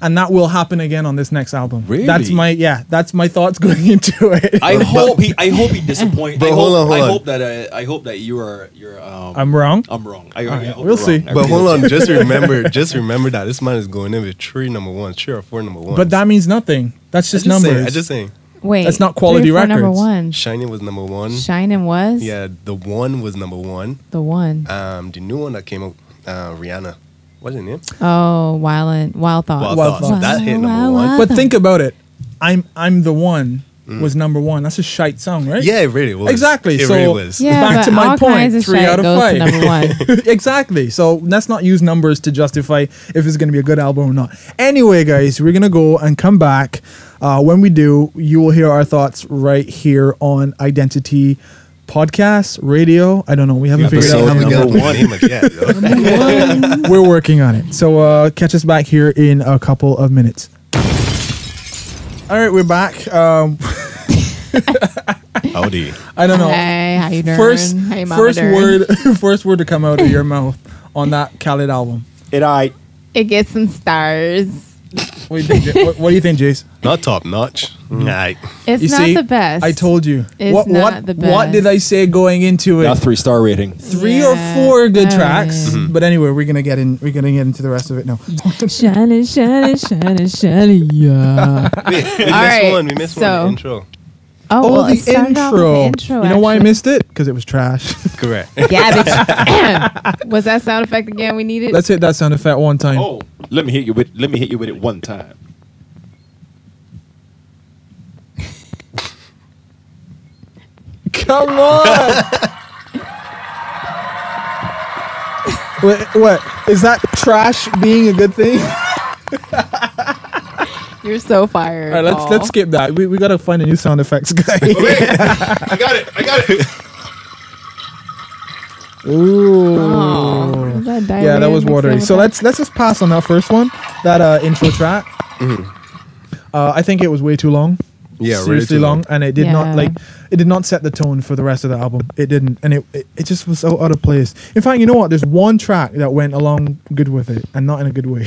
Speaker 1: And that will happen again on this next album. That's
Speaker 4: Really?
Speaker 1: my yeah, that's my thoughts going into it.
Speaker 4: I hope he. I hope he disappoints.
Speaker 3: But
Speaker 4: I hope,
Speaker 3: hold on, hold
Speaker 4: I
Speaker 3: on.
Speaker 4: hope that. uh, I, I hope that you are. You're. Um,
Speaker 1: I'm wrong.
Speaker 4: I'm wrong. I,
Speaker 1: Alright,
Speaker 4: I hope
Speaker 1: we'll
Speaker 4: you're
Speaker 1: see.
Speaker 4: wrong. I
Speaker 3: But
Speaker 4: really
Speaker 3: hold
Speaker 4: hope
Speaker 3: on, just remember just remember that this man is going in with three number one, three or four number one.
Speaker 1: But that means nothing. That's just, numbers.
Speaker 3: I just saying
Speaker 2: Wait,
Speaker 1: That's not quality
Speaker 2: three or four Number
Speaker 1: records.
Speaker 2: one,
Speaker 3: Shining was number one.
Speaker 2: Shining was
Speaker 3: Yeah, the one was number one.
Speaker 2: the one.
Speaker 3: Um, the new one that came out, uh, Rihanna. What's her name?
Speaker 2: Oh, Wild and Wild Thoughts.
Speaker 3: Wild,
Speaker 1: Wild
Speaker 3: Thoughts. That hit number one.
Speaker 1: But think about it. I'm I'm the one was number one. That's a shite song, right?
Speaker 3: Yeah, it really was.
Speaker 1: Exactly.
Speaker 3: It
Speaker 1: so
Speaker 3: really was.
Speaker 2: Yeah,
Speaker 1: back
Speaker 2: but
Speaker 1: to my
Speaker 2: all
Speaker 1: point,
Speaker 2: kinds of
Speaker 1: three
Speaker 2: shit
Speaker 1: out of
Speaker 2: goes
Speaker 1: five.
Speaker 2: to number one.
Speaker 1: exactly. So let's not use numbers to justify if it's going to be a good album or not. Anyway, guys, we're going to go and come back. Uh, when we do, you will hear our thoughts right here on Identity Podcast Radio. I don't know. We haven't figured out
Speaker 4: Episode
Speaker 1: how we
Speaker 4: number
Speaker 1: get
Speaker 4: one.
Speaker 1: We're working on it. So uh, catch us back here in a couple of minutes. All right, we're back. Um,
Speaker 3: Howdy.
Speaker 1: I don't know.
Speaker 2: Hey, how you doing?
Speaker 1: First,
Speaker 2: How you mama
Speaker 1: first
Speaker 2: doing?
Speaker 1: word, first word to come out of your mouth on that Khaled album.
Speaker 4: It I.
Speaker 2: It gets some stars.
Speaker 1: What do you think? Ja- what, what do you think, Jace?
Speaker 3: Not top notch. Nah,
Speaker 2: It's
Speaker 1: You
Speaker 2: not
Speaker 1: see,
Speaker 2: the best.
Speaker 1: I told you.
Speaker 2: It's
Speaker 1: what,
Speaker 2: not
Speaker 1: what,
Speaker 2: the
Speaker 1: What did
Speaker 2: best.
Speaker 1: I say going into it?
Speaker 4: Not three star rating.
Speaker 1: Three
Speaker 2: Yeah,
Speaker 1: or four good
Speaker 2: I
Speaker 1: tracks.
Speaker 2: mean.
Speaker 1: But anyway, we're gonna get in. We're gonna get into the rest of it now.
Speaker 2: Shining, shining, shining, shining, yeah.
Speaker 3: we, we missed
Speaker 2: right,
Speaker 3: one. We missed one. in
Speaker 2: so-
Speaker 3: the Intro.
Speaker 1: Oh,
Speaker 2: well, it
Speaker 1: the,
Speaker 2: started off with
Speaker 1: intro.
Speaker 2: the intro.
Speaker 1: You know why I
Speaker 2: actually.
Speaker 1: missed it? Because it was trash.
Speaker 3: Correct.
Speaker 2: Garbage. Was that sound effect again we needed?
Speaker 1: Let's hit that sound effect one time.
Speaker 4: Oh, let me hit you with let me hit you with it one time.
Speaker 1: Come on. Wait, what is that? Trash being a good thing?
Speaker 2: You're so fired.
Speaker 1: All right, let's
Speaker 2: Paul.
Speaker 1: let's skip that. We, we gotta find a new sound effects guy.
Speaker 3: I got it. I got it.
Speaker 1: Ooh.
Speaker 2: Aw, that
Speaker 1: Yeah,
Speaker 2: diarrhea
Speaker 1: that was
Speaker 2: mixed in
Speaker 1: watery.
Speaker 2: with
Speaker 1: So
Speaker 2: that.
Speaker 1: let's let's just pass on that first one, that uh, intro track. Uh, I think it was way too long.
Speaker 3: Mm-hmm. Yeah, way
Speaker 1: seriously
Speaker 3: too
Speaker 1: long,
Speaker 3: long.
Speaker 1: and it did
Speaker 2: Yeah.
Speaker 1: not like it did not set the tone for the rest of the album. It didn't, and it, it it just was so out of place. In fact, you know what? There's one track that went along good with it, and not in a good way.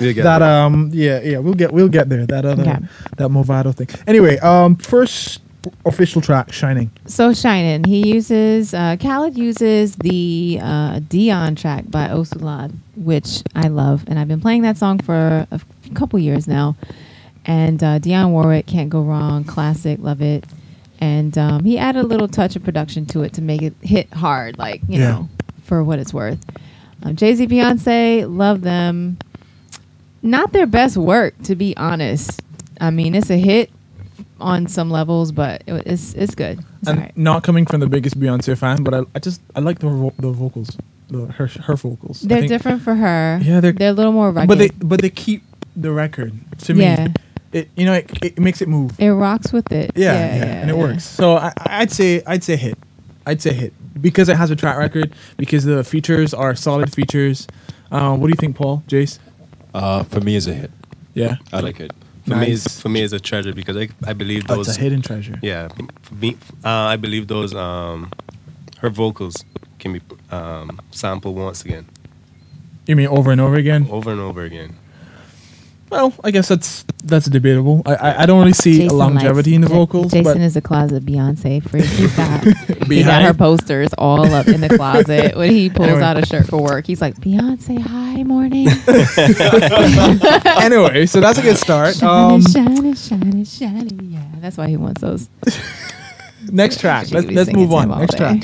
Speaker 1: that
Speaker 2: uh,
Speaker 1: um yeah yeah we'll get we'll get there. That other
Speaker 2: Okay.
Speaker 1: that Movado thing. Anyway, um first official track, Shining.
Speaker 2: So shining. He uses uh, Khaled uses the uh, Dion track by Osulad, which I love, and I've been playing that song for a couple years now. And uh, Dion Warwick, can't go wrong, classic, love it. And um, he added a little touch of production to it to make it hit hard, like you
Speaker 1: Yeah.
Speaker 2: know, for what it's worth. Um, Jay Z, Beyonce, love them. Not their best work, to be honest. I mean, it's a hit on some levels, but it, it's it's good. It's
Speaker 1: and
Speaker 2: alright.
Speaker 1: not coming from the biggest Beyonce fan, but I, I just I like the vo- the vocals, the, her her vocals. I
Speaker 2: They're
Speaker 1: think-
Speaker 2: different for her.
Speaker 1: Yeah, they're-
Speaker 2: they're a little more rugged.
Speaker 1: but they but they keep the record to me.
Speaker 2: Yeah.
Speaker 1: It you know it, it makes it move.
Speaker 2: it rocks with it.
Speaker 1: Yeah, yeah, and it
Speaker 2: yeah.
Speaker 1: works. So I, I- I'd say I'd say hit, I'd say hit because it has a track record because the features are solid features. Uh, what do you think, Paul? Jace?
Speaker 4: Uh, for me, it's a hit.
Speaker 1: Yeah,
Speaker 4: I like it.
Speaker 3: For me,
Speaker 1: Nice.
Speaker 3: it's, for me, it's a treasure because I, I believe
Speaker 1: oh, it's
Speaker 3: those.
Speaker 1: a hidden treasure.
Speaker 3: Yeah, for me, uh, I believe those. Um, her vocals can be um, sampled once again,
Speaker 1: You mean over and over again?
Speaker 3: over and over again.
Speaker 1: Well, I guess that's that's debatable. I I, I don't really see
Speaker 2: Jason
Speaker 1: longevity
Speaker 2: likes-
Speaker 1: in the vocals.
Speaker 2: Jason
Speaker 1: but
Speaker 2: is a closet Beyonce freak. He's got, he got
Speaker 1: Behind-
Speaker 2: her posters all up in the closet. When he pulls
Speaker 1: Anyway.
Speaker 2: out a shirt for work, he's like, Beyonce, hi, morning.
Speaker 1: anyway, so that's a good start.
Speaker 2: Shining,
Speaker 1: Um,
Speaker 2: shining, shining, shining. Yeah, that's why he wants those.
Speaker 1: next track.
Speaker 2: She
Speaker 1: Let's,
Speaker 2: could be
Speaker 1: let's
Speaker 2: singing
Speaker 1: move
Speaker 2: to
Speaker 1: on.
Speaker 2: him all
Speaker 1: Next
Speaker 2: day.
Speaker 1: track.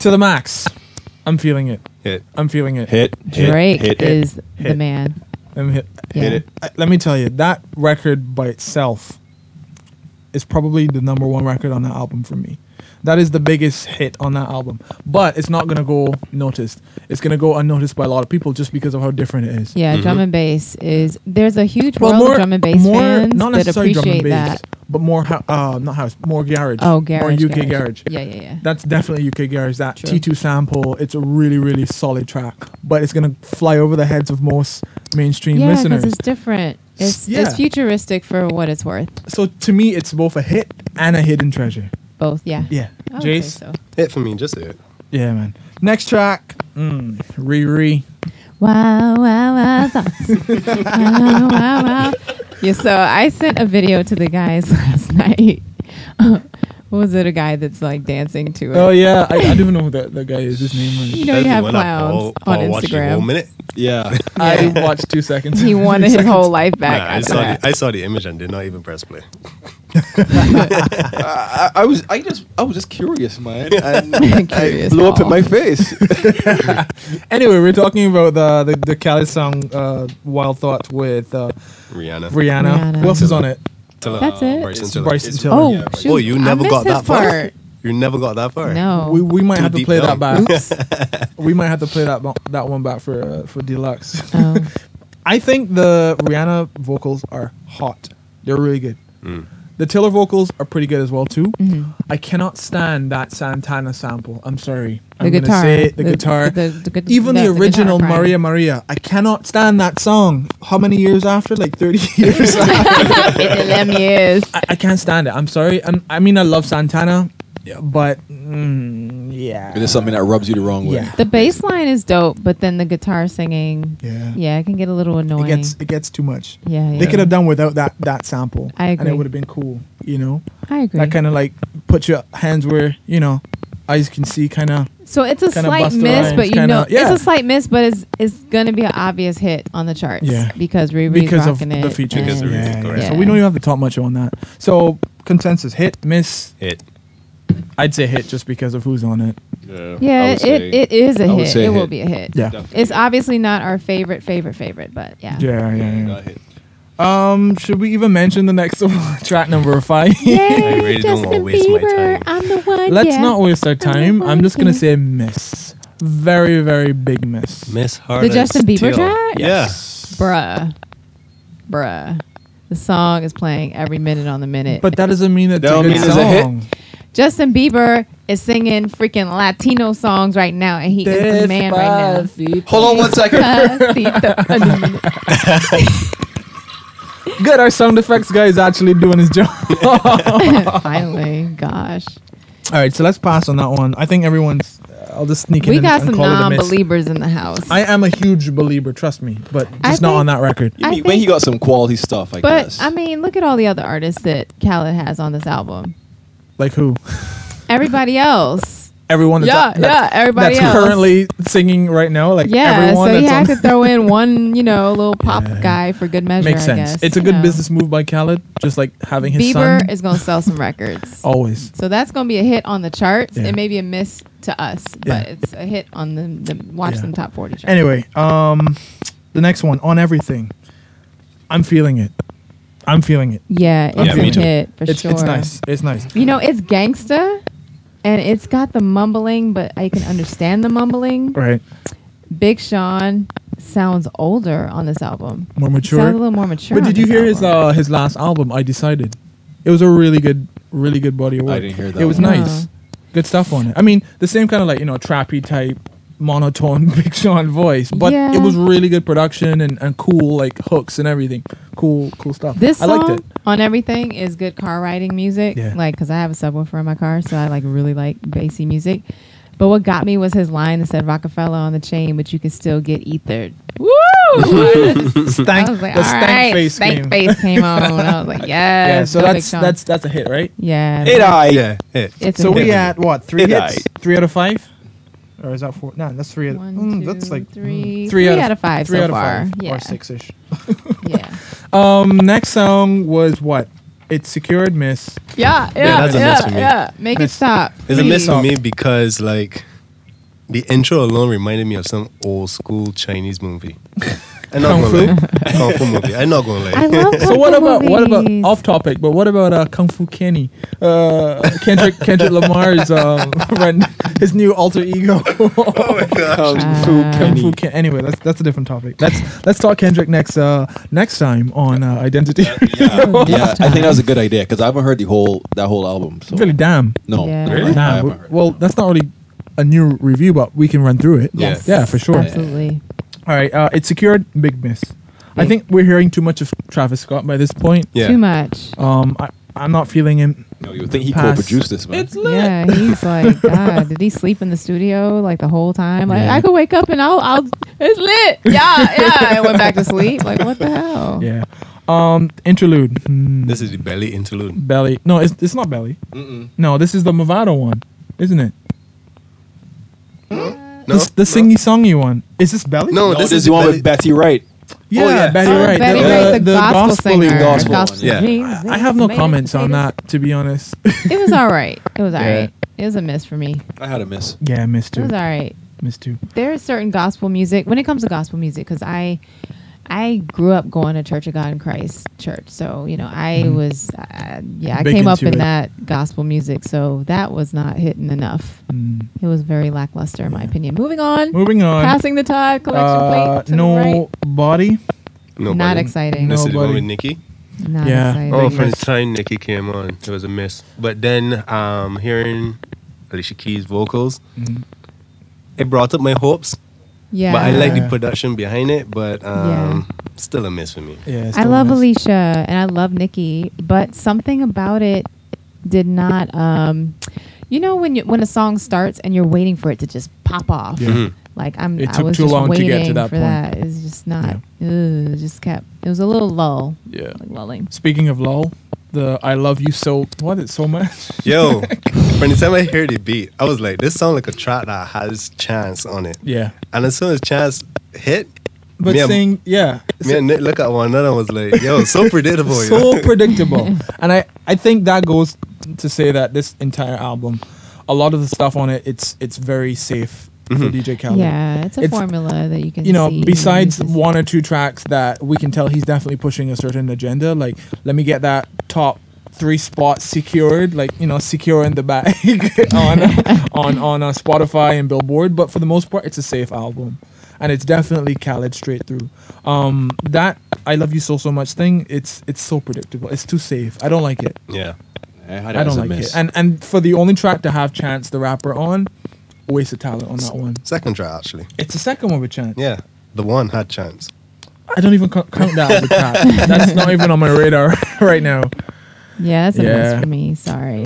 Speaker 1: To the max. I'm feeling it.
Speaker 3: Hit.
Speaker 1: I'm feeling it.
Speaker 4: Hit. hit,
Speaker 2: Drake
Speaker 4: hit, hit.
Speaker 2: is the
Speaker 1: hit.
Speaker 2: man.
Speaker 1: Let me, hit.
Speaker 2: Yeah.
Speaker 4: Hit it.
Speaker 1: I- let me tell you, that record by itself is probably the number one record on that album for me. That is the biggest hit on that album. But it's not going to go noticed. It's going to go unnoticed by a lot of people just because of how different it is.
Speaker 2: Yeah, drum and bass is there's a huge world of drum and bass
Speaker 1: Mm-hmm. more
Speaker 2: fans
Speaker 1: not
Speaker 2: that
Speaker 1: necessarily
Speaker 2: appreciate
Speaker 1: drum and bass,
Speaker 2: that.
Speaker 1: but more, hou- uh, not house, more garage.
Speaker 2: Oh, garage,
Speaker 1: More UK
Speaker 2: garage.
Speaker 1: garage.
Speaker 2: Yeah, yeah, yeah.
Speaker 1: That's definitely UK garage. That
Speaker 2: True.
Speaker 1: T2 sample, it's a really, really solid track, but it's going to fly over the heads of most mainstream
Speaker 2: yeah,
Speaker 1: listeners.
Speaker 2: it's different. It's
Speaker 1: yeah.
Speaker 2: it's futuristic for what it's worth.
Speaker 1: So to me, it's both a hit and a hidden treasure.
Speaker 2: Both, yeah.
Speaker 1: Yeah,
Speaker 2: I would
Speaker 1: Jace.
Speaker 2: say so.
Speaker 3: Hit for me, just a hit.
Speaker 1: Yeah, man. Next track, mm, Riri.
Speaker 2: Wow, wow, wow, thoughts. wow, wow, wow. Yeah, so I sent a video to the guys last night. what was it? A guy that's like dancing to it.
Speaker 1: Oh yeah, I, I don't even know who that, that guy is. His name.
Speaker 2: You
Speaker 1: Right?
Speaker 2: know, you
Speaker 3: That's the
Speaker 2: have
Speaker 3: one that
Speaker 2: clowns
Speaker 3: Paul-
Speaker 2: on
Speaker 3: Paul watched the whole
Speaker 2: Instagram.
Speaker 3: minute.
Speaker 4: Yeah.
Speaker 1: I watched two seconds.
Speaker 2: He wanted his whole life back.
Speaker 3: Nah, I
Speaker 2: after
Speaker 3: saw
Speaker 2: that.
Speaker 3: the I saw the image and did not even press play.
Speaker 4: I, I was I just I was just curious, man. And
Speaker 2: Curious
Speaker 4: I blew up
Speaker 2: Paul.
Speaker 4: in my face.
Speaker 1: Anyway, we're talking about the the, the Khaled song uh, "Wild Thoughts" with uh,
Speaker 3: Rihanna.
Speaker 1: Rihanna.
Speaker 2: Rihanna.
Speaker 1: Who else is on it?
Speaker 3: Tiller.
Speaker 2: That's it?
Speaker 3: Bryson
Speaker 4: It's
Speaker 3: Tiller.
Speaker 1: Bryson
Speaker 4: it's-
Speaker 1: Tiller.
Speaker 2: Oh,
Speaker 4: Yeah, but-
Speaker 2: shoot,
Speaker 3: Oh, you
Speaker 2: I
Speaker 3: never
Speaker 2: missed
Speaker 3: got
Speaker 2: this
Speaker 3: that far.
Speaker 2: part.
Speaker 3: You never got that far.
Speaker 2: No.
Speaker 1: We, we might
Speaker 3: Too
Speaker 1: have to
Speaker 3: deep
Speaker 1: play that
Speaker 3: down.
Speaker 1: back.
Speaker 2: Oops.
Speaker 1: we might have to play that bo- that one back for uh, for deluxe.
Speaker 2: Oh.
Speaker 1: I think the Rihanna vocals are hot. They're really good.
Speaker 3: Hmm.
Speaker 1: The Tiller vocals are pretty good as well too.
Speaker 2: Mm-hmm.
Speaker 1: I cannot stand that Santana sample. I'm sorry.
Speaker 2: The
Speaker 1: I'm gonna
Speaker 2: guitar.
Speaker 1: say it, the,
Speaker 2: The-
Speaker 1: guitar.
Speaker 2: the- the gu-
Speaker 1: Even
Speaker 2: the-
Speaker 1: the,
Speaker 2: the guitar
Speaker 1: original
Speaker 2: part.
Speaker 1: Maria Maria. I cannot stand that song. How many years after? Like 30 years.
Speaker 2: In them years.
Speaker 1: I, I can't stand it. I'm sorry. i I mean, I love Santana, but mm, yeah.
Speaker 4: It is something that rubs you the wrong way.
Speaker 1: Yeah.
Speaker 2: The bass line is dope, but then the guitar singing,
Speaker 1: Yeah.
Speaker 2: yeah, it can get a little annoying.
Speaker 1: It gets it gets too much.
Speaker 2: yeah, yeah.
Speaker 1: They could have done without that that sample.
Speaker 2: I
Speaker 1: And
Speaker 2: agree.
Speaker 1: it would have been cool, you know.
Speaker 2: I agree.
Speaker 1: That kind of like put your hands where you know eyes can see, kind of.
Speaker 2: so it's a
Speaker 1: kinda
Speaker 2: slight
Speaker 1: Busta
Speaker 2: miss, but
Speaker 1: Rhymes
Speaker 2: you
Speaker 1: kinda-
Speaker 2: know,
Speaker 1: yeah.
Speaker 2: it's a slight miss, but it's it's gonna be an obvious hit on the charts.
Speaker 1: Yeah.
Speaker 2: because Riri's
Speaker 1: because of
Speaker 2: rocking it.
Speaker 1: the feature.
Speaker 3: Because
Speaker 2: and-
Speaker 3: of Riri, correct.
Speaker 1: So we don't even have to talk much on that. So consensus hit miss.
Speaker 3: It.
Speaker 1: I'd say hit just because of who's on it.
Speaker 2: Yeah,
Speaker 4: I would
Speaker 2: it,
Speaker 4: say-
Speaker 2: it, it is a
Speaker 4: I would
Speaker 2: hit.
Speaker 4: say
Speaker 2: It
Speaker 4: hit.
Speaker 2: will be a hit.
Speaker 1: Yeah.
Speaker 4: Definitely.
Speaker 2: It's obviously not our favorite, favorite, favorite, but yeah.
Speaker 1: Yeah, yeah,
Speaker 4: got hit.
Speaker 1: yeah. Um, should we even mention the next track number five?
Speaker 2: Yay,
Speaker 3: I really don't
Speaker 2: Justin
Speaker 3: wanna waste my
Speaker 2: Bieber,
Speaker 3: time.
Speaker 2: I'm the one.
Speaker 1: Let's
Speaker 2: yeah.
Speaker 1: not waste our time. I'm just gonna
Speaker 2: Okay.
Speaker 1: say miss. Very, very big miss.
Speaker 3: Miss Harden.
Speaker 2: Justin Bieber
Speaker 3: Steele.
Speaker 2: track?
Speaker 3: Yes.
Speaker 2: Bruh. Bruh. The song is playing every minute on the minute.
Speaker 1: But that doesn't mean it's
Speaker 4: That
Speaker 1: a
Speaker 4: don't
Speaker 1: good
Speaker 4: mean it's a hit.
Speaker 1: song.
Speaker 2: Justin Bieber is singing freaking Latino songs right now, and he is the man right now.
Speaker 4: Hold on one second.
Speaker 2: Despacito.
Speaker 1: Good, our sound effects guy is actually doing his job.
Speaker 2: Finally, gosh,
Speaker 1: All right, so let's pass on that one. I think everyone's. I'll just sneak in.
Speaker 2: we
Speaker 1: and-
Speaker 2: got
Speaker 1: and
Speaker 2: some
Speaker 1: call it a miss.
Speaker 2: non-believers in the house.
Speaker 1: I am a huge believer, trust me, but just
Speaker 2: I
Speaker 1: not
Speaker 2: think-
Speaker 1: on that record.
Speaker 4: You
Speaker 2: I
Speaker 4: mean, when
Speaker 2: think-
Speaker 4: he got some quality stuff, I
Speaker 2: but
Speaker 4: guess.
Speaker 2: I mean, look at all the other artists that Khaled has on this album.
Speaker 1: Like who?
Speaker 2: Everybody else,
Speaker 1: Everyone. That's,
Speaker 2: yeah,
Speaker 1: that's-
Speaker 2: yeah, everybody
Speaker 1: that's
Speaker 2: else.
Speaker 1: currently singing right now. Like
Speaker 2: yeah,
Speaker 1: everyone
Speaker 2: so you
Speaker 1: that's
Speaker 2: have
Speaker 1: on.
Speaker 2: to throw in one, you know, little pop guy for good measure.
Speaker 1: makes
Speaker 2: I
Speaker 1: sense.
Speaker 2: guess,
Speaker 1: it's a
Speaker 2: you
Speaker 1: good
Speaker 2: know.
Speaker 1: business move by Khaled, just like having his
Speaker 2: Bieber
Speaker 1: son.
Speaker 2: is gonna sell some records.
Speaker 1: always.
Speaker 2: So that's going to be a hit on the charts.
Speaker 1: Yeah.
Speaker 2: It may be a miss to us, but
Speaker 1: Yeah.
Speaker 2: it's a hit on the, the Watch
Speaker 1: Yeah.
Speaker 2: Them Top 40 chart.
Speaker 1: Anyway, um, the next one on everything. I'm feeling it. I'm feeling it.
Speaker 2: Yeah, it's
Speaker 1: Yeah,
Speaker 2: a
Speaker 1: me too.
Speaker 2: hit for
Speaker 1: It's,
Speaker 2: sure.
Speaker 1: it's nice. It's nice.
Speaker 2: You know, it's gangsta and it's got the mumbling, but I can understand the mumbling.
Speaker 1: Right.
Speaker 2: Big Sean sounds older on this album.
Speaker 1: More mature.
Speaker 2: Sounds a little more mature.
Speaker 1: But
Speaker 2: on
Speaker 1: did you
Speaker 2: this
Speaker 1: hear his
Speaker 2: album.
Speaker 1: uh, his last album? I decided. It was a really good, really good body of work.
Speaker 4: didn't hear that
Speaker 1: It was
Speaker 2: one.
Speaker 1: nice,
Speaker 2: No.
Speaker 1: good stuff on it. I mean, the same kind of like you know trappy type, monotone Big Sean voice, but it
Speaker 2: Yeah.
Speaker 1: was really good production and, and cool like hooks and everything. Cool, cool stuff.
Speaker 2: This
Speaker 1: I
Speaker 2: song
Speaker 1: liked it.
Speaker 2: on everything is good car riding music.
Speaker 1: Yeah.
Speaker 2: Like, cause I have a subwoofer in my car, so I like really like bassy music. But what got me was his line that said Rockefeller on the chain, but you can still get ethered. Woo! I
Speaker 1: Stank,
Speaker 2: was like,
Speaker 1: the
Speaker 2: all
Speaker 1: stank
Speaker 2: right,
Speaker 1: face came.
Speaker 2: stank face came on. I was like, yes.
Speaker 1: Yeah, so
Speaker 2: go Big
Speaker 1: that's
Speaker 2: Sean.
Speaker 1: that's that's a hit, right?
Speaker 2: yeah.
Speaker 4: it I.
Speaker 3: Yeah. It.
Speaker 2: It's
Speaker 1: So
Speaker 2: a
Speaker 1: we
Speaker 2: hit.
Speaker 1: at what three
Speaker 4: Did
Speaker 1: hits?
Speaker 4: I?
Speaker 1: Three out of five, or is that four? No, that's three.
Speaker 2: One,
Speaker 1: mm,
Speaker 2: two,
Speaker 1: that's like
Speaker 2: three-
Speaker 1: mm,
Speaker 2: three out of five
Speaker 1: Three
Speaker 2: so
Speaker 1: out of
Speaker 2: far.
Speaker 1: five,
Speaker 2: Yeah.
Speaker 1: or six ish.
Speaker 2: yeah.
Speaker 1: Um, next song was what? It's secured miss.
Speaker 2: Yeah, yeah,
Speaker 3: that's a
Speaker 2: yeah,
Speaker 3: miss for me.
Speaker 2: yeah. Make
Speaker 1: Miss.
Speaker 2: it stop.
Speaker 3: It's a miss
Speaker 2: please.
Speaker 3: for me because like the intro alone reminded me of some old school Chinese movie. I'm
Speaker 1: Kung
Speaker 3: not gonna
Speaker 1: Fu?
Speaker 3: lie. Kung Fu movie. I'm not gonna
Speaker 2: I
Speaker 3: lie.
Speaker 2: love
Speaker 1: So what about what about
Speaker 2: movies.
Speaker 1: off topic? But what about uh, Kung Fu Kenny, uh, Kendrick Kendrick Lamar's um, run, his new alter ego? Oh,
Speaker 4: Kung
Speaker 2: Uh,
Speaker 4: Fu
Speaker 1: Kung
Speaker 4: Kenny.
Speaker 1: Fu Ken- anyway, that's that's a different topic. Let's let's talk Kendrick next uh, next time on uh, Identity.
Speaker 4: Yeah, yeah. I think that was a good idea because I haven't heard the whole that whole album. So
Speaker 1: really, damn.
Speaker 4: no,
Speaker 2: Yeah.
Speaker 4: no,
Speaker 2: Really?
Speaker 4: I
Speaker 1: Nah,
Speaker 4: haven't
Speaker 1: w-
Speaker 4: heard.
Speaker 1: well, that's not really a new review, but we can run through it.
Speaker 2: Yes.
Speaker 1: Yeah, for sure.
Speaker 2: Absolutely.
Speaker 1: All right, uh, it's secured. Big miss. I think we're hearing too much of Travis Scott by this point.
Speaker 3: Yeah.
Speaker 2: Too much.
Speaker 1: Um, I, I'm not feeling him.
Speaker 4: no, you would think he
Speaker 1: Pass.
Speaker 4: co-produced this man.
Speaker 2: Yeah, he's like, God, did he sleep in the studio like the whole time? Like,
Speaker 1: Yeah.
Speaker 2: I could wake up and I'll, I'll, it's lit. Yeah, yeah. And went back to sleep. Like, what the hell?
Speaker 1: Yeah. Um, interlude. Mm,
Speaker 3: This is the belly interlude.
Speaker 1: belly. No, it's, it's not belly.
Speaker 4: Mm-mm.
Speaker 1: No, this is the Movado one, isn't it?
Speaker 3: No.
Speaker 1: This- the singy songy one. Is this belly?
Speaker 3: No,
Speaker 4: No,
Speaker 3: this
Speaker 4: this,
Speaker 3: is
Speaker 4: is the one
Speaker 3: Betty-
Speaker 4: with Betty Wright.
Speaker 1: Yeah,
Speaker 3: Oh, yeah.
Speaker 1: Betty
Speaker 2: Oh,
Speaker 1: Wright.
Speaker 2: Betty Wright, the, gospel
Speaker 1: gospel-y
Speaker 2: singer.
Speaker 4: gospel one,
Speaker 2: Gospel-
Speaker 3: yeah.
Speaker 2: Jesus,
Speaker 1: I have no
Speaker 2: tomatoes,
Speaker 1: comments on
Speaker 2: potatoes.
Speaker 1: that, to be honest.
Speaker 2: It was all right. It was all
Speaker 1: Yeah.
Speaker 2: right. It was a miss for me.
Speaker 4: I had a miss.
Speaker 1: yeah, Miss
Speaker 2: It
Speaker 1: Two.
Speaker 2: was all right.
Speaker 1: Miss Two.
Speaker 2: There is certain gospel music when it comes to gospel music because I, I grew up going to Church of God in Christ church, so you know I was uh, yeah I
Speaker 1: Mm-hmm. Big
Speaker 2: came up
Speaker 1: into
Speaker 2: in
Speaker 1: it.
Speaker 2: that gospel music, so that was not hitting enough.
Speaker 1: Mm.
Speaker 2: It was very lackluster in my opinion. Moving on,
Speaker 1: Moving on.
Speaker 2: passing the Todd collection
Speaker 1: uh,
Speaker 2: plate. To
Speaker 1: no
Speaker 2: the right.
Speaker 1: body.
Speaker 3: Nobody.
Speaker 2: Not exciting.
Speaker 3: This is the one
Speaker 1: Nobody.
Speaker 3: with Nikki.
Speaker 2: not
Speaker 1: Yeah.
Speaker 2: exciting.
Speaker 3: Oh, from the time Nikki came on, it was a miss. But then um, hearing Alicia Keys' vocals,
Speaker 2: Mm-hmm.
Speaker 1: Mhm.
Speaker 3: it brought up my hopes.
Speaker 2: yeah,
Speaker 3: But I like the
Speaker 1: Yeah.
Speaker 3: production behind it, but um, still a miss for me.
Speaker 1: Yeah, it's
Speaker 2: I
Speaker 1: still a
Speaker 2: love
Speaker 1: miss.
Speaker 2: Alicia and I love Nikki, but something about it did not. Um, you know when you, when a song starts and you're waiting for it to just pop off,
Speaker 1: Yeah. Mhm.
Speaker 2: like I'm.
Speaker 1: It
Speaker 2: I
Speaker 1: took
Speaker 2: was
Speaker 1: too
Speaker 2: just
Speaker 1: long to get
Speaker 2: waiting
Speaker 1: to that
Speaker 2: for
Speaker 1: point.
Speaker 2: that. It's just not. Ugh, it just kept. It was a little lull.
Speaker 1: Yeah.
Speaker 2: like lulling.
Speaker 1: Speaking of lol, the I love you so what it's so much.
Speaker 3: Yo, from the time I heard the beat, I was like, this sound like a track that has chance on it.
Speaker 1: yeah,
Speaker 3: And as soon as chance hit,
Speaker 1: but
Speaker 3: me and-
Speaker 1: saying yeah,
Speaker 3: me and Nick look at one another and was like, yo, so predictable. yo.
Speaker 1: so predictable. And I, I think that goes to say that this entire album, a lot of the stuff on it, it's it's very safe
Speaker 3: Mm-hmm.
Speaker 1: for DJ Khaled.
Speaker 2: Yeah, it's a
Speaker 1: It's-
Speaker 2: formula that you can.
Speaker 1: You know,
Speaker 2: see
Speaker 1: besides
Speaker 2: uses.
Speaker 1: one or two tracks that we can tell he's definitely pushing a certain agenda, like let me get that top three spots secured, like you know, secure in the bag on on on uh, Spotify and Billboard. But for the most part, it's a safe album, and it's definitely Khaled straight through. Um, that I love you so so much thing, it's it's so predictable. It's too safe. I don't like it.
Speaker 3: Yeah.
Speaker 4: I, had it
Speaker 1: I
Speaker 4: as
Speaker 1: don't
Speaker 4: a
Speaker 1: like
Speaker 4: miss.
Speaker 1: it. And and for the only track to have Chance the rapper on, waste of talent on that one.
Speaker 3: Second try, actually.
Speaker 1: It's the second one with Chance.
Speaker 3: Yeah. The one had chance.
Speaker 1: I don't even co- count that as a track. That's not even on my radar right now.
Speaker 2: Yeah, that's a
Speaker 1: Yeah.
Speaker 2: mess for me. Sorry.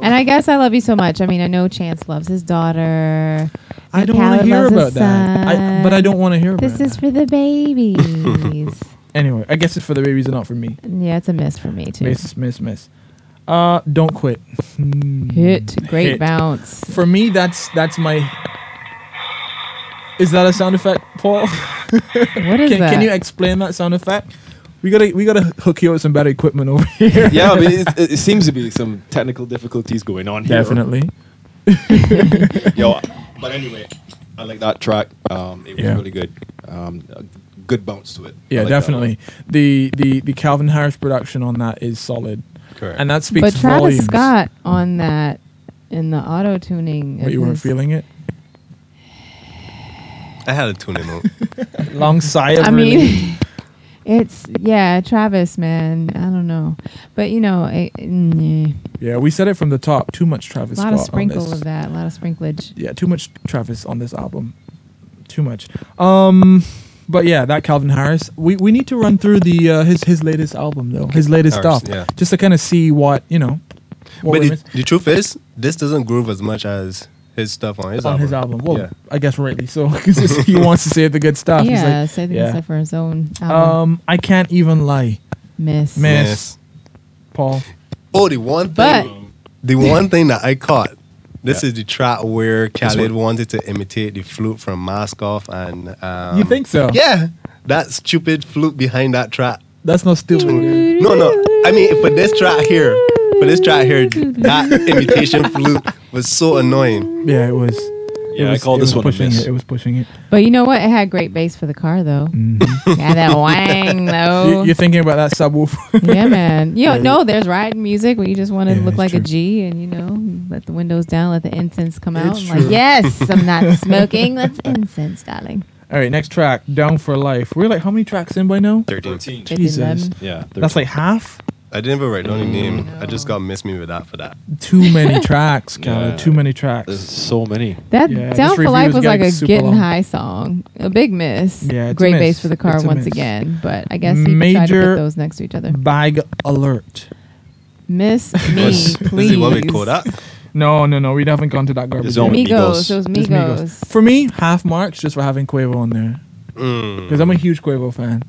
Speaker 2: And I guess I love you so much. I mean, I know Chance loves his daughter.
Speaker 1: I
Speaker 2: and
Speaker 1: don't want to
Speaker 2: Khaled
Speaker 1: hear
Speaker 2: loves his
Speaker 1: about that. I, but I
Speaker 2: son.
Speaker 1: don't want to hear about
Speaker 2: This is
Speaker 1: that.
Speaker 2: for the babies.
Speaker 1: Anyway, I guess it's for the babies and not for me.
Speaker 2: yeah, it's a miss for me too.
Speaker 1: Miss, miss, miss. Uh, don't quit. Hmm.
Speaker 2: Hit, great
Speaker 1: Hit.
Speaker 2: bounce.
Speaker 1: For me, that's that's my. Is that a sound effect, Paul?
Speaker 2: What is
Speaker 1: can,
Speaker 2: that?
Speaker 1: can you explain that sound effect? We gotta we gotta hook you up with some better equipment over here.
Speaker 4: yeah, but it, it, it seems to be some technical difficulties going on here.
Speaker 1: Definitely.
Speaker 4: Yo, but anyway, I like that track. Um, it was
Speaker 1: Yeah.
Speaker 4: really good. Um, a good bounce to it. I
Speaker 1: Yeah,
Speaker 4: like that
Speaker 1: definitely. The the the Calvin Harris production on that is solid,
Speaker 3: Correct.
Speaker 1: and that speaks
Speaker 2: but Travis
Speaker 1: volumes.
Speaker 2: Scott on that in the auto tuning.
Speaker 1: What you weren't feeling it?
Speaker 3: I had a tune in note.
Speaker 1: Long sigh of
Speaker 2: I
Speaker 1: relief.
Speaker 2: mean, it's yeah, Travis, man. I don't know, but you know, it, mm,
Speaker 1: Yeah, we said it from the top. Too much
Speaker 2: a
Speaker 1: Travis
Speaker 2: lot
Speaker 1: Scott
Speaker 2: of
Speaker 1: on
Speaker 2: sprinkle
Speaker 1: this.
Speaker 2: of that, a lot of sprinklage.
Speaker 1: Yeah, too much Travis on this album. Too much. Um, but yeah, that Calvin Harris. We we need to run through the uh, his his latest album though, his latest
Speaker 3: Harris,
Speaker 1: stuff,
Speaker 3: yeah.
Speaker 1: just to kind of see what you know. What
Speaker 3: But
Speaker 1: we're
Speaker 3: the,
Speaker 1: miss-
Speaker 3: the truth is, this doesn't groove as much as his stuff on his
Speaker 1: on
Speaker 3: album.
Speaker 1: his album. Well,
Speaker 3: yeah.
Speaker 1: I guess rightly so, because he wants to save the good stuff. He's
Speaker 2: yeah,
Speaker 1: like,
Speaker 2: saving
Speaker 1: yeah.
Speaker 2: stuff for his own album.
Speaker 1: Um, I can't even lie,
Speaker 2: miss.
Speaker 1: man. Yes.
Speaker 3: Yes.
Speaker 1: Paul.
Speaker 3: Oh, the one thing,
Speaker 2: But-
Speaker 3: the one thing that I caught. This is the track where Khaled
Speaker 4: one.
Speaker 3: wanted to imitate the flute from Mask Off, and um,
Speaker 1: You think so?
Speaker 3: Yeah, that stupid flute behind that track.
Speaker 1: That's not stupid.
Speaker 3: No, no. I mean, for this track here, for this track here, that imitation flute was so annoying.
Speaker 1: yeah, it was.
Speaker 4: one.
Speaker 1: it
Speaker 4: Yeah,
Speaker 1: was-
Speaker 4: I called
Speaker 1: it
Speaker 4: this
Speaker 1: was
Speaker 4: one a
Speaker 1: pushing
Speaker 4: miss.
Speaker 1: it. It was pushing it.
Speaker 2: But you know what? It had great bass for the car though. yeah, that wang though.
Speaker 1: Mm-hmm. You, you're thinking about that subwoofer.
Speaker 2: yeah, man. You know, no, there's riding music where you just want to
Speaker 1: Yeah,
Speaker 2: look
Speaker 1: it's
Speaker 2: like
Speaker 1: true.
Speaker 2: a G and you know, let the windows down, let the incense come out.
Speaker 1: It's
Speaker 2: and Like,
Speaker 1: true.
Speaker 2: yes, I'm not smoking. Let's incense, darling.
Speaker 1: All right, next track, Down for Life. We're like, how many tracks in by now?
Speaker 3: 13.
Speaker 2: Fifty
Speaker 1: Jesus.
Speaker 2: eleven.
Speaker 4: Yeah,
Speaker 1: That's like half.
Speaker 3: I didn't even write down the name. I just got miss me with that for that.
Speaker 1: Too many tracks, Khaled.
Speaker 4: Yeah.
Speaker 1: Too many
Speaker 4: there's
Speaker 1: tracks.
Speaker 4: so many.
Speaker 2: That
Speaker 1: Yeah, this
Speaker 2: Down for
Speaker 1: review
Speaker 2: Life
Speaker 1: is
Speaker 2: was like
Speaker 1: getting
Speaker 2: a
Speaker 1: super
Speaker 2: getting
Speaker 1: long.
Speaker 2: high song. A big miss.
Speaker 1: Yeah, it's a
Speaker 2: great
Speaker 1: miss.
Speaker 2: bass for the car
Speaker 1: It's a
Speaker 2: once
Speaker 1: miss.
Speaker 2: again. But I guess he tried to
Speaker 1: Major-
Speaker 2: put those next to each other.
Speaker 1: Bag alert.
Speaker 2: Miss me,
Speaker 3: Was-
Speaker 2: please.
Speaker 3: This is what we call that.
Speaker 1: No, no, no. We haven't gone to that garbage.
Speaker 4: It's only-
Speaker 1: yet.
Speaker 2: Migos.
Speaker 4: Migos.
Speaker 2: It was
Speaker 1: Just Migos.
Speaker 2: Migos.
Speaker 1: For me, half marks just for having Quavo on there
Speaker 3: Mm.
Speaker 1: because I'm a huge Quavo fan.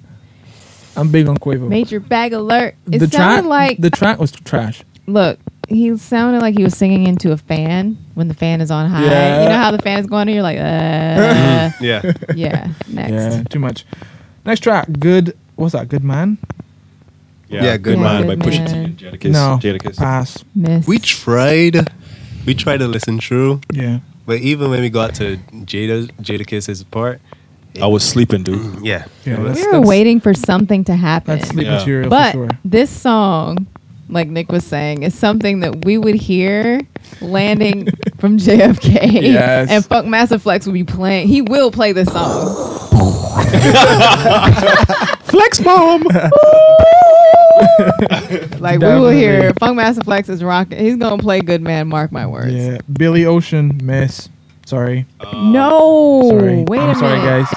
Speaker 1: I'm big on Quavo.
Speaker 2: Major bag alert. It
Speaker 1: the
Speaker 2: sounded
Speaker 1: track,
Speaker 2: like
Speaker 1: the track was trash.
Speaker 2: look. He sounded like he was singing into a fan when the fan is on high. You
Speaker 1: Yeah.
Speaker 2: know how the fan is going, and you're like, uh,
Speaker 3: Yeah.
Speaker 2: yeah. Next,
Speaker 1: Yeah, too much. Next track, good. What's that? Good man.
Speaker 3: Yeah, Good
Speaker 2: Man.
Speaker 4: by
Speaker 2: Good
Speaker 4: Pusha T
Speaker 2: Man.
Speaker 4: and Jadakiss.
Speaker 1: no,
Speaker 4: Jadakiss.
Speaker 1: pass.
Speaker 2: miss.
Speaker 3: We tried. We tried to listen through,
Speaker 1: Yeah.
Speaker 3: but even when we got to Jada Jada Kiss's part,
Speaker 4: I was sleeping, dude.
Speaker 3: Yeah.
Speaker 1: Yeah,
Speaker 3: Well,
Speaker 1: that's-
Speaker 2: we were waiting for something to happen.
Speaker 1: That's sleep
Speaker 4: Yeah.
Speaker 1: material
Speaker 2: but
Speaker 1: for sure.
Speaker 2: this song, like Nick was saying, is something that we would hear landing from JFK.
Speaker 1: Yes.
Speaker 2: And Funk Master Flex will be playing. He will play this song.
Speaker 1: Flex bomb.
Speaker 2: Like we will hear
Speaker 1: Definitely.
Speaker 2: Funk Master Flex is rocking. He's gonna play Good Man. Mark my words.
Speaker 1: yeah, Billy Ocean, miss. Sorry,
Speaker 2: No.
Speaker 1: sorry.
Speaker 2: Wait
Speaker 1: I'm
Speaker 2: a
Speaker 1: sorry,
Speaker 2: minute.
Speaker 1: guys.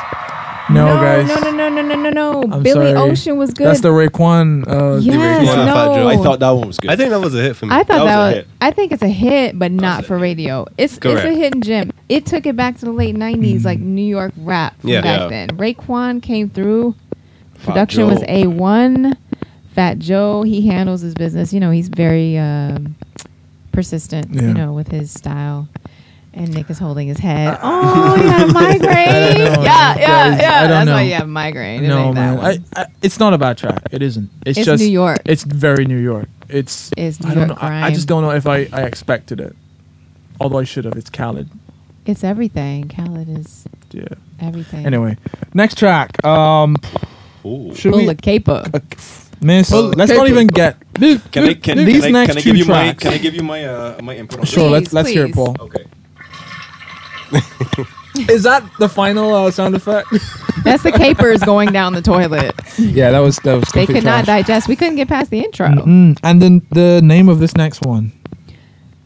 Speaker 1: No, guys.
Speaker 2: No, no, no, no, no, no, no.
Speaker 1: I'm
Speaker 2: Billy
Speaker 1: sorry.
Speaker 2: Ocean was good.
Speaker 1: That's the Raekwon. Uh,
Speaker 2: yes,
Speaker 3: Raekwon
Speaker 2: no.
Speaker 3: Fat Joe.
Speaker 4: I thought that one was good.
Speaker 3: I think that was a hit for me.
Speaker 2: I thought
Speaker 4: That was
Speaker 2: that
Speaker 4: a
Speaker 2: was.
Speaker 4: hit.
Speaker 2: I think it's a hit, but not
Speaker 4: was a
Speaker 2: for
Speaker 4: hit.
Speaker 2: radio. It's it's
Speaker 3: Correct.
Speaker 2: a hidden gem. It took it back to the late '90s, like New York rap from
Speaker 3: Yeah.
Speaker 2: back
Speaker 4: Yeah.
Speaker 2: then. Raekwon came through.
Speaker 4: Fat
Speaker 2: Production was
Speaker 4: Joe.
Speaker 2: a one. Fat Joe, he handles his business. You know, he's very um, persistent.
Speaker 1: Yeah.
Speaker 2: You know, with his style. And Nick is holding his head. Oh, you had a migraine.
Speaker 1: know,
Speaker 2: yeah, yeah,
Speaker 1: guys.
Speaker 2: yeah.
Speaker 1: I don't
Speaker 2: That's
Speaker 1: know.
Speaker 2: why you have a migraine. It
Speaker 1: no
Speaker 2: ain't that
Speaker 1: man,
Speaker 2: one.
Speaker 1: I, I, it's not a bad track. It isn't. It's,
Speaker 2: It's
Speaker 1: just
Speaker 2: New York.
Speaker 1: It's very New York. It's.
Speaker 2: It's New
Speaker 1: I don't
Speaker 2: York
Speaker 1: know. I, I
Speaker 2: grime.
Speaker 1: just don't know if I, I expected it, although I should have. It's Khaled.
Speaker 2: It's everything. Khaled is
Speaker 1: Yeah.
Speaker 2: everything.
Speaker 1: Anyway, next track. Um,
Speaker 4: Ooh.
Speaker 1: should
Speaker 2: Pull
Speaker 1: we?
Speaker 2: a caper.
Speaker 1: uh, miss.
Speaker 3: Pull the
Speaker 1: let's not
Speaker 3: caper.
Speaker 1: even get. These,
Speaker 4: Can I can,
Speaker 1: these
Speaker 4: can I,
Speaker 1: next
Speaker 4: can I
Speaker 1: two
Speaker 4: give you my
Speaker 1: tracks.
Speaker 4: can I give you my uh, my input on
Speaker 1: sure. let's
Speaker 4: this?
Speaker 2: Please,
Speaker 1: let's hear it, Paul.
Speaker 2: please.
Speaker 4: Okay.
Speaker 1: Is that the final uh, sound effect?
Speaker 2: That's the capers going down the toilet.
Speaker 1: yeah, that was that was.
Speaker 2: They
Speaker 1: complete
Speaker 2: could not
Speaker 1: trash.
Speaker 2: digest. We couldn't get past the intro.
Speaker 1: Mm, and then the name of this next one.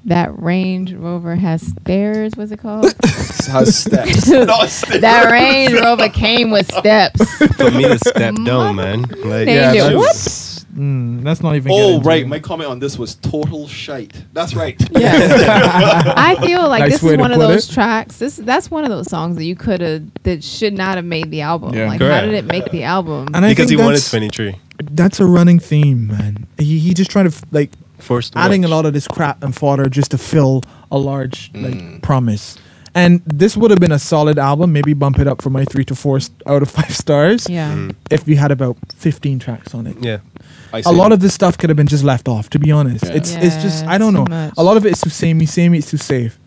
Speaker 2: That Range Rover has stairs. What's it called?
Speaker 4: Has steps. Not steps.
Speaker 2: that Range Rover came with steps.
Speaker 3: for me to step down, man. Like,
Speaker 2: Yeah, Change it.
Speaker 1: that's,
Speaker 2: What?
Speaker 1: Mm, that's not even. get
Speaker 4: Oh
Speaker 1: into
Speaker 4: right,
Speaker 1: it.
Speaker 4: my comment on this was total shite. That's right.
Speaker 2: Yes. I feel like
Speaker 1: Nice
Speaker 2: this
Speaker 1: way
Speaker 2: is
Speaker 1: to
Speaker 2: one of
Speaker 1: put
Speaker 2: those
Speaker 1: it.
Speaker 2: tracks. This that's one of those songs that you could have that should not have made the album.
Speaker 1: Yeah.
Speaker 2: Like
Speaker 3: Correct.
Speaker 2: how did it make the album?
Speaker 1: And I
Speaker 3: because he
Speaker 1: think
Speaker 3: wanted
Speaker 1: that's-
Speaker 3: 23.
Speaker 1: That's a running theme, man. He, he just trying to f- like
Speaker 3: First
Speaker 1: adding a
Speaker 3: watch.
Speaker 1: lot of this crap and fodder just to fill a large like
Speaker 4: Mm.
Speaker 1: promise. And this would have been a solid album. Maybe bump it up from my three to four s- out of five stars.
Speaker 2: yeah.
Speaker 1: If we had about fifteen tracks on it.
Speaker 3: Yeah.
Speaker 4: Mm. I
Speaker 1: A
Speaker 4: say-
Speaker 1: lot of this stuff could have been just left off. To be honest,
Speaker 4: Yeah.
Speaker 1: it's it's just
Speaker 2: Yeah,
Speaker 1: I don't
Speaker 2: too
Speaker 1: know.
Speaker 2: much.
Speaker 1: A lot of it is too samey, samey. It's too safe,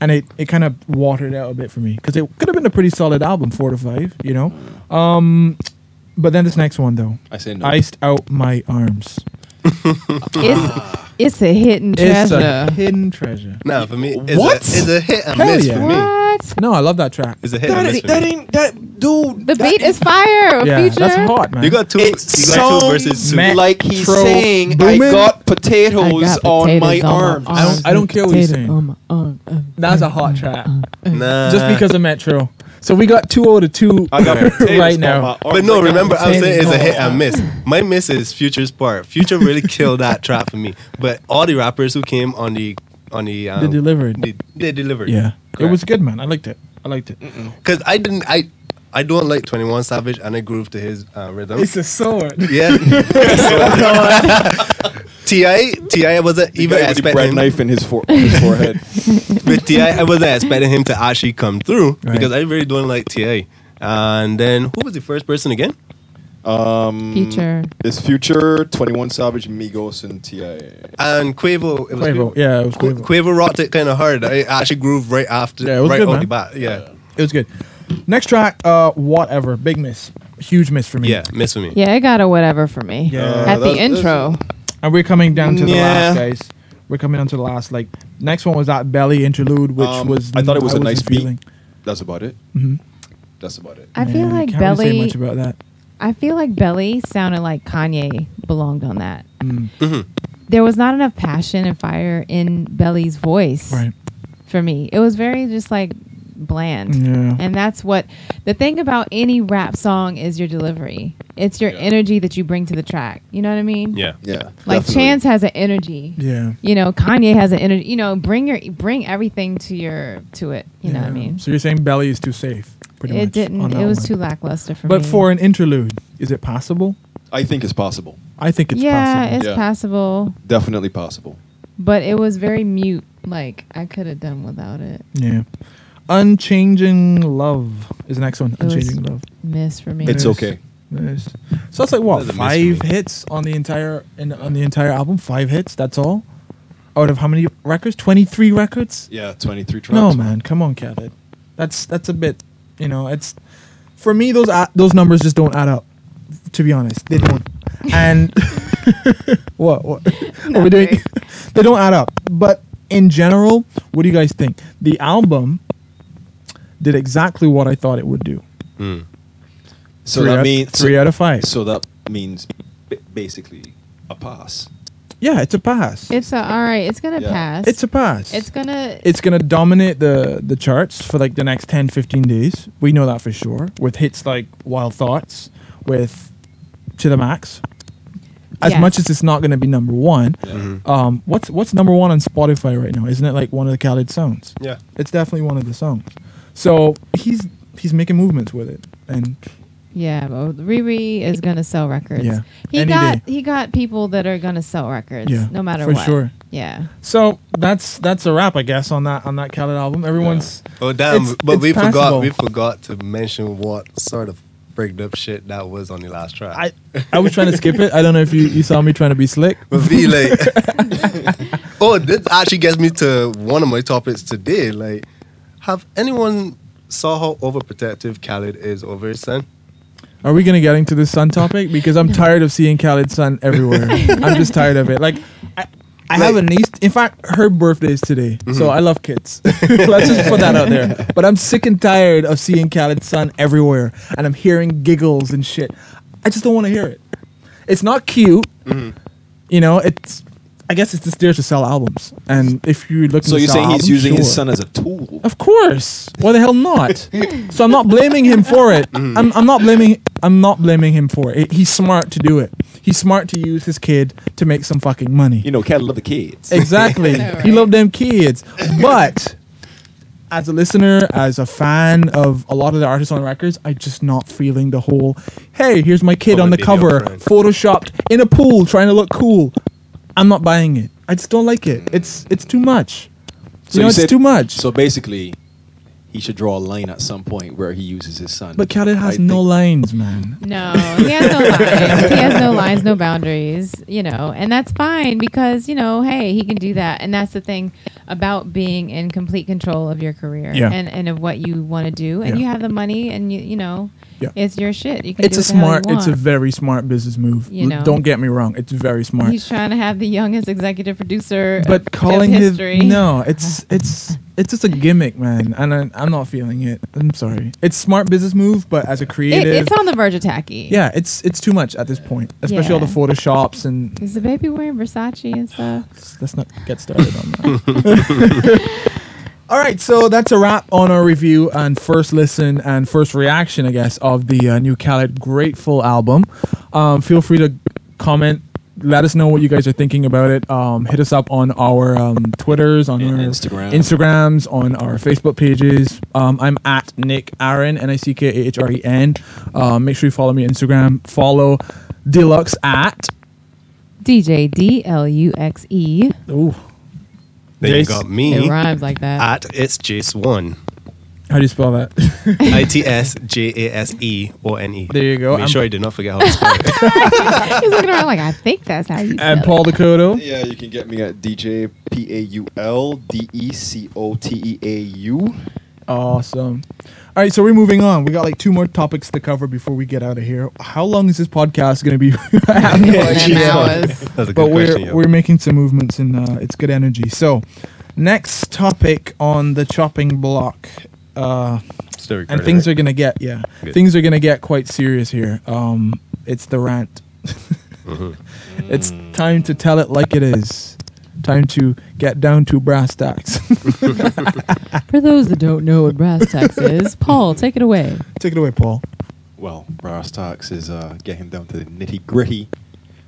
Speaker 1: and it it kind of watered out a bit for me because it could have been a pretty solid album, four to five, you know. Um, but then this next one though,
Speaker 4: I say no.
Speaker 1: iced out my arms.
Speaker 2: It's it's a hidden
Speaker 1: It's
Speaker 2: treasure.
Speaker 1: a hidden treasure.
Speaker 3: No, for me, it's,
Speaker 1: What?
Speaker 3: A, it's a hit and
Speaker 1: Hell
Speaker 3: miss
Speaker 1: yeah.
Speaker 3: for me.
Speaker 2: what?
Speaker 1: No, I love that track.
Speaker 3: It's a hit and miss for me.
Speaker 4: ain't that dude.
Speaker 2: The beat is fire.
Speaker 1: yeah,
Speaker 2: Future.
Speaker 1: that's hot, man.
Speaker 3: You got two, you got two versus two.
Speaker 1: meh.
Speaker 4: like he's
Speaker 1: Metro
Speaker 4: saying,
Speaker 1: Boomin.
Speaker 4: I got potatoes
Speaker 2: I got
Speaker 4: on
Speaker 2: potatoes
Speaker 4: my
Speaker 2: on my
Speaker 4: arms.
Speaker 1: I don't, I don't care what you're saying.
Speaker 2: Um, um, um.
Speaker 1: That's a hot track.
Speaker 3: Nah.
Speaker 1: Just because of Metro. So we got two out of two
Speaker 4: I got potatoes
Speaker 1: right
Speaker 4: on my
Speaker 1: now.
Speaker 4: arms.
Speaker 3: But no,
Speaker 4: I got
Speaker 3: remember, I'm
Speaker 1: potatoes
Speaker 3: saying it's a
Speaker 1: on
Speaker 3: hit
Speaker 1: my
Speaker 3: and miss. My miss is Future's part. Future really killed that trap for me. But all the rappers who came on the on the um,
Speaker 1: They delivered.
Speaker 3: They, they delivered.
Speaker 1: Yeah, it was good, man. I liked it. I liked it.
Speaker 3: Because I didn't. I I don't like 21 Savage and I groove to his uh, rhythm.
Speaker 1: a sword.
Speaker 3: yeah. Ti Ti wasn't even
Speaker 4: guy with the bread
Speaker 3: expecting
Speaker 4: knife in his, fore- his forehead.
Speaker 3: with Ti. I wasn't expecting him to actually come through
Speaker 1: Right.
Speaker 3: because I really don't like Ti. And then who was the first person again?
Speaker 2: Future.
Speaker 4: It's Future, 21 Savage, Migos, and T.I.
Speaker 3: And Quavo. It was
Speaker 1: Quavo. Yeah, it was
Speaker 3: Qu-
Speaker 1: Quavo.
Speaker 3: Quavo rocked it kind of hard. I actually grooved right after,
Speaker 1: Yeah, it was
Speaker 3: right
Speaker 1: good,
Speaker 3: off
Speaker 1: man.
Speaker 3: the bat. Yeah,
Speaker 1: It was good. Next track, uh, whatever. Big miss. Huge miss for me.
Speaker 3: yeah, miss with me.
Speaker 2: Yeah, it got a whatever for me.
Speaker 1: Yeah. Uh,
Speaker 2: At the
Speaker 4: that's-
Speaker 2: intro.
Speaker 1: And we're coming down to the
Speaker 4: Yeah.
Speaker 1: last, guys. We're coming down to the last. Like next one was that belly interlude, which
Speaker 4: Um,
Speaker 1: was
Speaker 4: I thought it was a
Speaker 1: wasn't
Speaker 4: nice beat. That's about it. Mm-hmm. That's about it.
Speaker 2: I feel
Speaker 1: Yeah,
Speaker 2: like
Speaker 1: can't really say
Speaker 2: Belly.
Speaker 1: much about that.
Speaker 2: I feel like Belly sounded like Kanye belonged on that.
Speaker 1: Mm.
Speaker 4: Mm-hmm.
Speaker 2: There was not enough passion and fire in Belly's voice
Speaker 1: Right.
Speaker 2: for me. It was very just like bland.
Speaker 1: Yeah.
Speaker 2: And that's what the thing about any rap song is your delivery. It's your
Speaker 4: Yeah.
Speaker 2: energy that you bring to the track. You know what I mean?
Speaker 3: Yeah,
Speaker 4: Yeah.
Speaker 2: Like
Speaker 4: definitely.
Speaker 2: Chance has an energy.
Speaker 1: Yeah.
Speaker 2: you know kanye has an energy you know bring your bring everything to your to it you know what i
Speaker 1: Yeah.
Speaker 2: mean
Speaker 1: So you're saying belly is too safe? Pretty
Speaker 2: it
Speaker 1: much, on
Speaker 2: didn't
Speaker 1: that
Speaker 2: it was
Speaker 1: one.
Speaker 2: too lackluster for me
Speaker 1: But for an interlude, is it possible?
Speaker 4: I think it's possible.
Speaker 1: I think it's
Speaker 2: yeah
Speaker 1: possible.
Speaker 2: it's
Speaker 4: Yeah.
Speaker 2: passable
Speaker 4: Definitely possible.
Speaker 2: but it was very mute like i could have done without it
Speaker 1: yeah. Unchanging love is the next one.
Speaker 2: It was-
Speaker 1: Unchanging love.
Speaker 2: miss for me
Speaker 4: It's
Speaker 1: Nice.
Speaker 4: okay.
Speaker 1: Nice. So that's like what
Speaker 3: That's a miss
Speaker 1: five
Speaker 3: for me.
Speaker 1: hits on the entire in, on the entire album. Five hits. That's all. Out of how many records? Twenty three records.
Speaker 4: Yeah, 23 tracks.
Speaker 1: No man, come on, Khaled. That's that's a bit. You know, it's for me, those a those numbers just don't add up. To be honest, they don't. And what what are we doing?
Speaker 2: Nothing.
Speaker 1: they don't add up. But in general, what do you guys think? The album did exactly what I thought it would do.
Speaker 4: So
Speaker 1: three
Speaker 4: that
Speaker 1: out,
Speaker 4: means
Speaker 1: three out of five.
Speaker 4: So that means b- basically a pass.
Speaker 1: yeah, it's a pass. It's,
Speaker 2: It's a, all right. It's gonna
Speaker 4: Yeah.
Speaker 2: pass.
Speaker 1: a pass.
Speaker 2: It's gonna.
Speaker 1: it's gonna dominate the the charts for like the next 10 15 days we know that for sure with hits like wild thoughts with to the max as
Speaker 2: Yes.
Speaker 1: much as it's not gonna be number one
Speaker 4: Yeah.
Speaker 3: Mm-hmm.
Speaker 1: um what's what's number one on spotify right now isn't it like one of the khaled songs
Speaker 3: Yeah.
Speaker 1: it's definitely one of the songs so he's he's making movements with it and
Speaker 2: yeah, but Riri is gonna sell records.
Speaker 1: Yeah.
Speaker 2: He
Speaker 1: Any
Speaker 2: got
Speaker 1: day.
Speaker 2: he got people that are gonna sell records.
Speaker 1: Yeah,
Speaker 2: No matter
Speaker 1: for
Speaker 2: what.
Speaker 1: sure.
Speaker 2: Yeah.
Speaker 1: so that's that's a wrap i guess on that on that khaled album everyone's
Speaker 3: Oh damn!
Speaker 1: It's-
Speaker 3: but
Speaker 1: it's
Speaker 3: we
Speaker 1: passable.
Speaker 3: forgot. We forgot to mention what sort of breaked up shit that was on the last track.
Speaker 1: I, I was trying to skip it. I don't know if you, you saw me trying to be slick.
Speaker 3: But be like, oh, this actually gets me to one of my topics today. Like, have anyone saw how overprotective Khaled is over his son?
Speaker 1: Are we gonna get into this sun topic? Because I'm tired of seeing Khaled sun everywhere. I'm just tired of it. Like, I, I have a niece. In fact, her birthday is today,
Speaker 4: Mm-hmm.
Speaker 1: so I love kids. Let's just put that out there. But I'm sick and tired of seeing Khaled sun everywhere, and I'm hearing giggles and shit. I just don't want to hear it. It's not cute.
Speaker 4: Mm-hmm.
Speaker 1: You know, it's. I guess it's just there to sell albums, and if you look.
Speaker 4: So
Speaker 1: to
Speaker 4: you're
Speaker 1: sell
Speaker 4: saying he's
Speaker 1: albums,
Speaker 4: using his
Speaker 1: sure.
Speaker 4: son as a tool?
Speaker 1: Of course. Why the hell not? so I'm not blaming him for it. I'm, I'm not blaming. I'm not blaming him for it. He's smart to do it. He's smart to use his kid to make some fucking money.
Speaker 4: You know, cat love the kids.
Speaker 1: Exactly.
Speaker 2: I know,
Speaker 1: He
Speaker 2: right?
Speaker 1: loved them kids. But as a listener, as a fan of a lot of the artists on records, I just not feeling the whole, hey, here's my kid
Speaker 3: From
Speaker 1: on
Speaker 3: a
Speaker 1: the
Speaker 3: video
Speaker 1: cover,
Speaker 3: friend.
Speaker 1: photoshopped in a pool trying to look cool. I'm not buying it. I just don't like it. It's it's too much. you know, it's
Speaker 4: said-
Speaker 1: too much.
Speaker 4: So basically, he should draw a line at some point where he uses his son.
Speaker 1: but Khaled has
Speaker 4: I
Speaker 1: no
Speaker 4: think-
Speaker 1: lines, man.
Speaker 2: No, he has no lines. He has no lines, no boundaries, you know, and that's fine because, you know, hey, he can do that. And that's the thing about being in complete control of your career
Speaker 1: Yeah.
Speaker 2: and, and of what you want to do.
Speaker 1: Yeah.
Speaker 2: And you have the money and you, you know,
Speaker 1: Yeah.
Speaker 2: it's your shit. You can
Speaker 1: It's
Speaker 2: do
Speaker 1: a
Speaker 2: what the hell you
Speaker 1: smart, it's a
Speaker 2: want.
Speaker 1: very smart business move.
Speaker 2: You know.
Speaker 1: Don't get me wrong, it's very smart.
Speaker 2: He's trying to have the youngest executive producer. of-
Speaker 1: but
Speaker 2: of
Speaker 1: calling his
Speaker 2: history.
Speaker 1: no, it's it's it's just a gimmick, man, and I, I'm not feeling it. I'm sorry. It's smart business move, but as a
Speaker 2: It,
Speaker 1: creative,
Speaker 2: it's on the verge of tacky.
Speaker 1: yeah, it's it's too much at this point, especially all the
Speaker 2: Yeah.
Speaker 1: photoshops and
Speaker 2: Is the baby wearing Versace and stuff?
Speaker 1: let's not get started on that. All right, so that's a wrap on our review and first listen and first reaction, I guess, of the uh, new Khaled Grateful album. Um, feel free to comment. Let us know what you guys are thinking about it. Um, hit us up on our um, Twitters, on
Speaker 4: And
Speaker 1: our
Speaker 4: Instagram.
Speaker 1: Instagrams, on our Facebook pages. Um, I'm at Nick Aaron, N I C K A H R E N. Um, make sure you follow me on Instagram. Follow Deluxe at.
Speaker 2: DJ D L U X E.
Speaker 1: Ooh,
Speaker 3: Then you
Speaker 1: Jace.
Speaker 3: got
Speaker 2: It
Speaker 3: me
Speaker 2: rhymes like that.
Speaker 3: at it's Jace one.
Speaker 1: how do you spell that?
Speaker 3: I T S J A S E O N E.
Speaker 1: There you go.
Speaker 3: Make
Speaker 1: I'm-
Speaker 3: sure I did not forget how to spell it.
Speaker 2: He's looking around like, I think that's how you
Speaker 1: and
Speaker 2: spell
Speaker 1: Paul
Speaker 2: it.
Speaker 1: Dakota.
Speaker 4: Yeah, you can get me at DJ P A U L D E C O T E A U.
Speaker 1: Awesome. All right, so we're moving on. We got like two more topics to cover before we get out of here. How long is this podcast going to be? I have no
Speaker 2: More than
Speaker 1: idea.
Speaker 2: hours.
Speaker 3: That's a good
Speaker 1: But we're
Speaker 3: question. yo.
Speaker 1: we're making some movements and uh, it's good energy. So, next topic on the chopping block. Uh,
Speaker 3: Still recording,
Speaker 1: and things
Speaker 3: right?
Speaker 1: are gonna get yeah
Speaker 3: Good.
Speaker 1: things are gonna get quite serious here um it's the rant it's time to tell it like it is time to get down to brass tacks
Speaker 2: For those that don't know what brass tacks is, Paul, take it away.
Speaker 1: take it away paul
Speaker 4: Well, brass tacks is uh, get him down to the nitty gritty.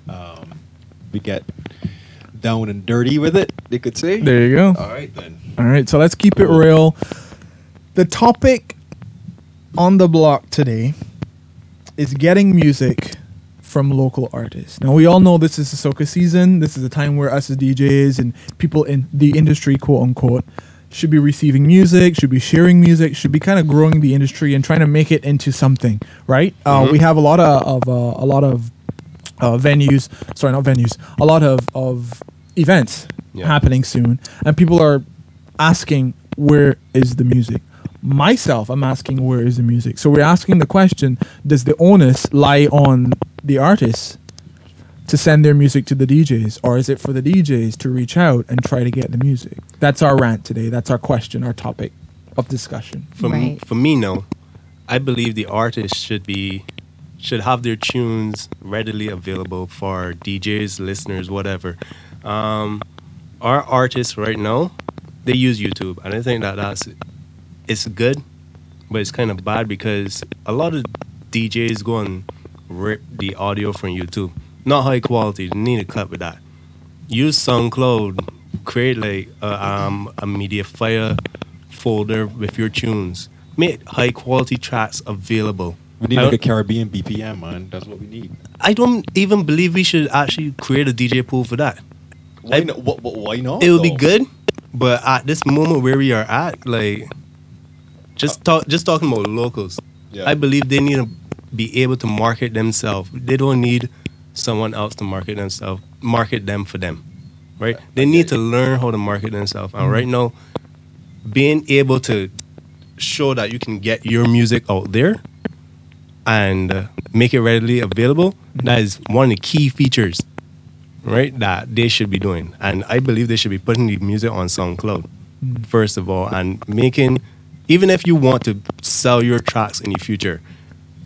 Speaker 4: Um, we get down and dirty with it. They could say.
Speaker 1: there you go
Speaker 4: All right then.
Speaker 1: All right, so let's keep it real. The topic on the block today is getting music from local artists. Now we all know this is Ahsoka season. This is a time where us as DJs and people in the industry, quote unquote, should be receiving music, should be sharing music, should be kind of growing the industry and trying to make it into something, right? Uh, we have a lot of, of uh, a lot of uh, venues, sorry, not venues, a lot of, of events
Speaker 3: Yeah.
Speaker 1: happening soon. And people are asking, where is the music? myself, I'm asking where is the music? So we're asking the question: Does the onus lie on the artists to send their music to the DJs, or is it for the DJs to reach out and try to get the music? That's our rant today. That's our question, our topic of discussion.
Speaker 3: for, m-
Speaker 2: Right.
Speaker 3: for me no i believe the artist should be should have their tunes readily available for djs listeners whatever um, our artists right now they use youtube and i think that that's it's good but it's kind of bad because a lot of djs go and rip the audio from youtube not high quality you need to cut with that use SoundCloud, create like a, um, a media fire folder with your tunes. Make high quality tracks available.
Speaker 4: We need
Speaker 3: I
Speaker 4: like a
Speaker 3: don't-
Speaker 4: Caribbean BPM, man. That's what we need.
Speaker 3: I don't even believe we should actually create a DJ pool for that.
Speaker 4: Why
Speaker 3: I-
Speaker 4: not? What, what, why not?
Speaker 3: It would be
Speaker 4: though?
Speaker 3: good, but at this moment where we are at, like, just talk, just talking about locals.
Speaker 4: Yeah.
Speaker 3: I believe they need to be able to market themselves. They don't need someone else to market themselves, market them for them, right? They need to learn how to market themselves. And right now, being able to show that you can get your music out there and uh, make it readily available, that is one of the key features, right? That they should be doing. And I believe they should be putting the music on SoundCloud, first of all, and making, even if you want to sell your tracks in the future,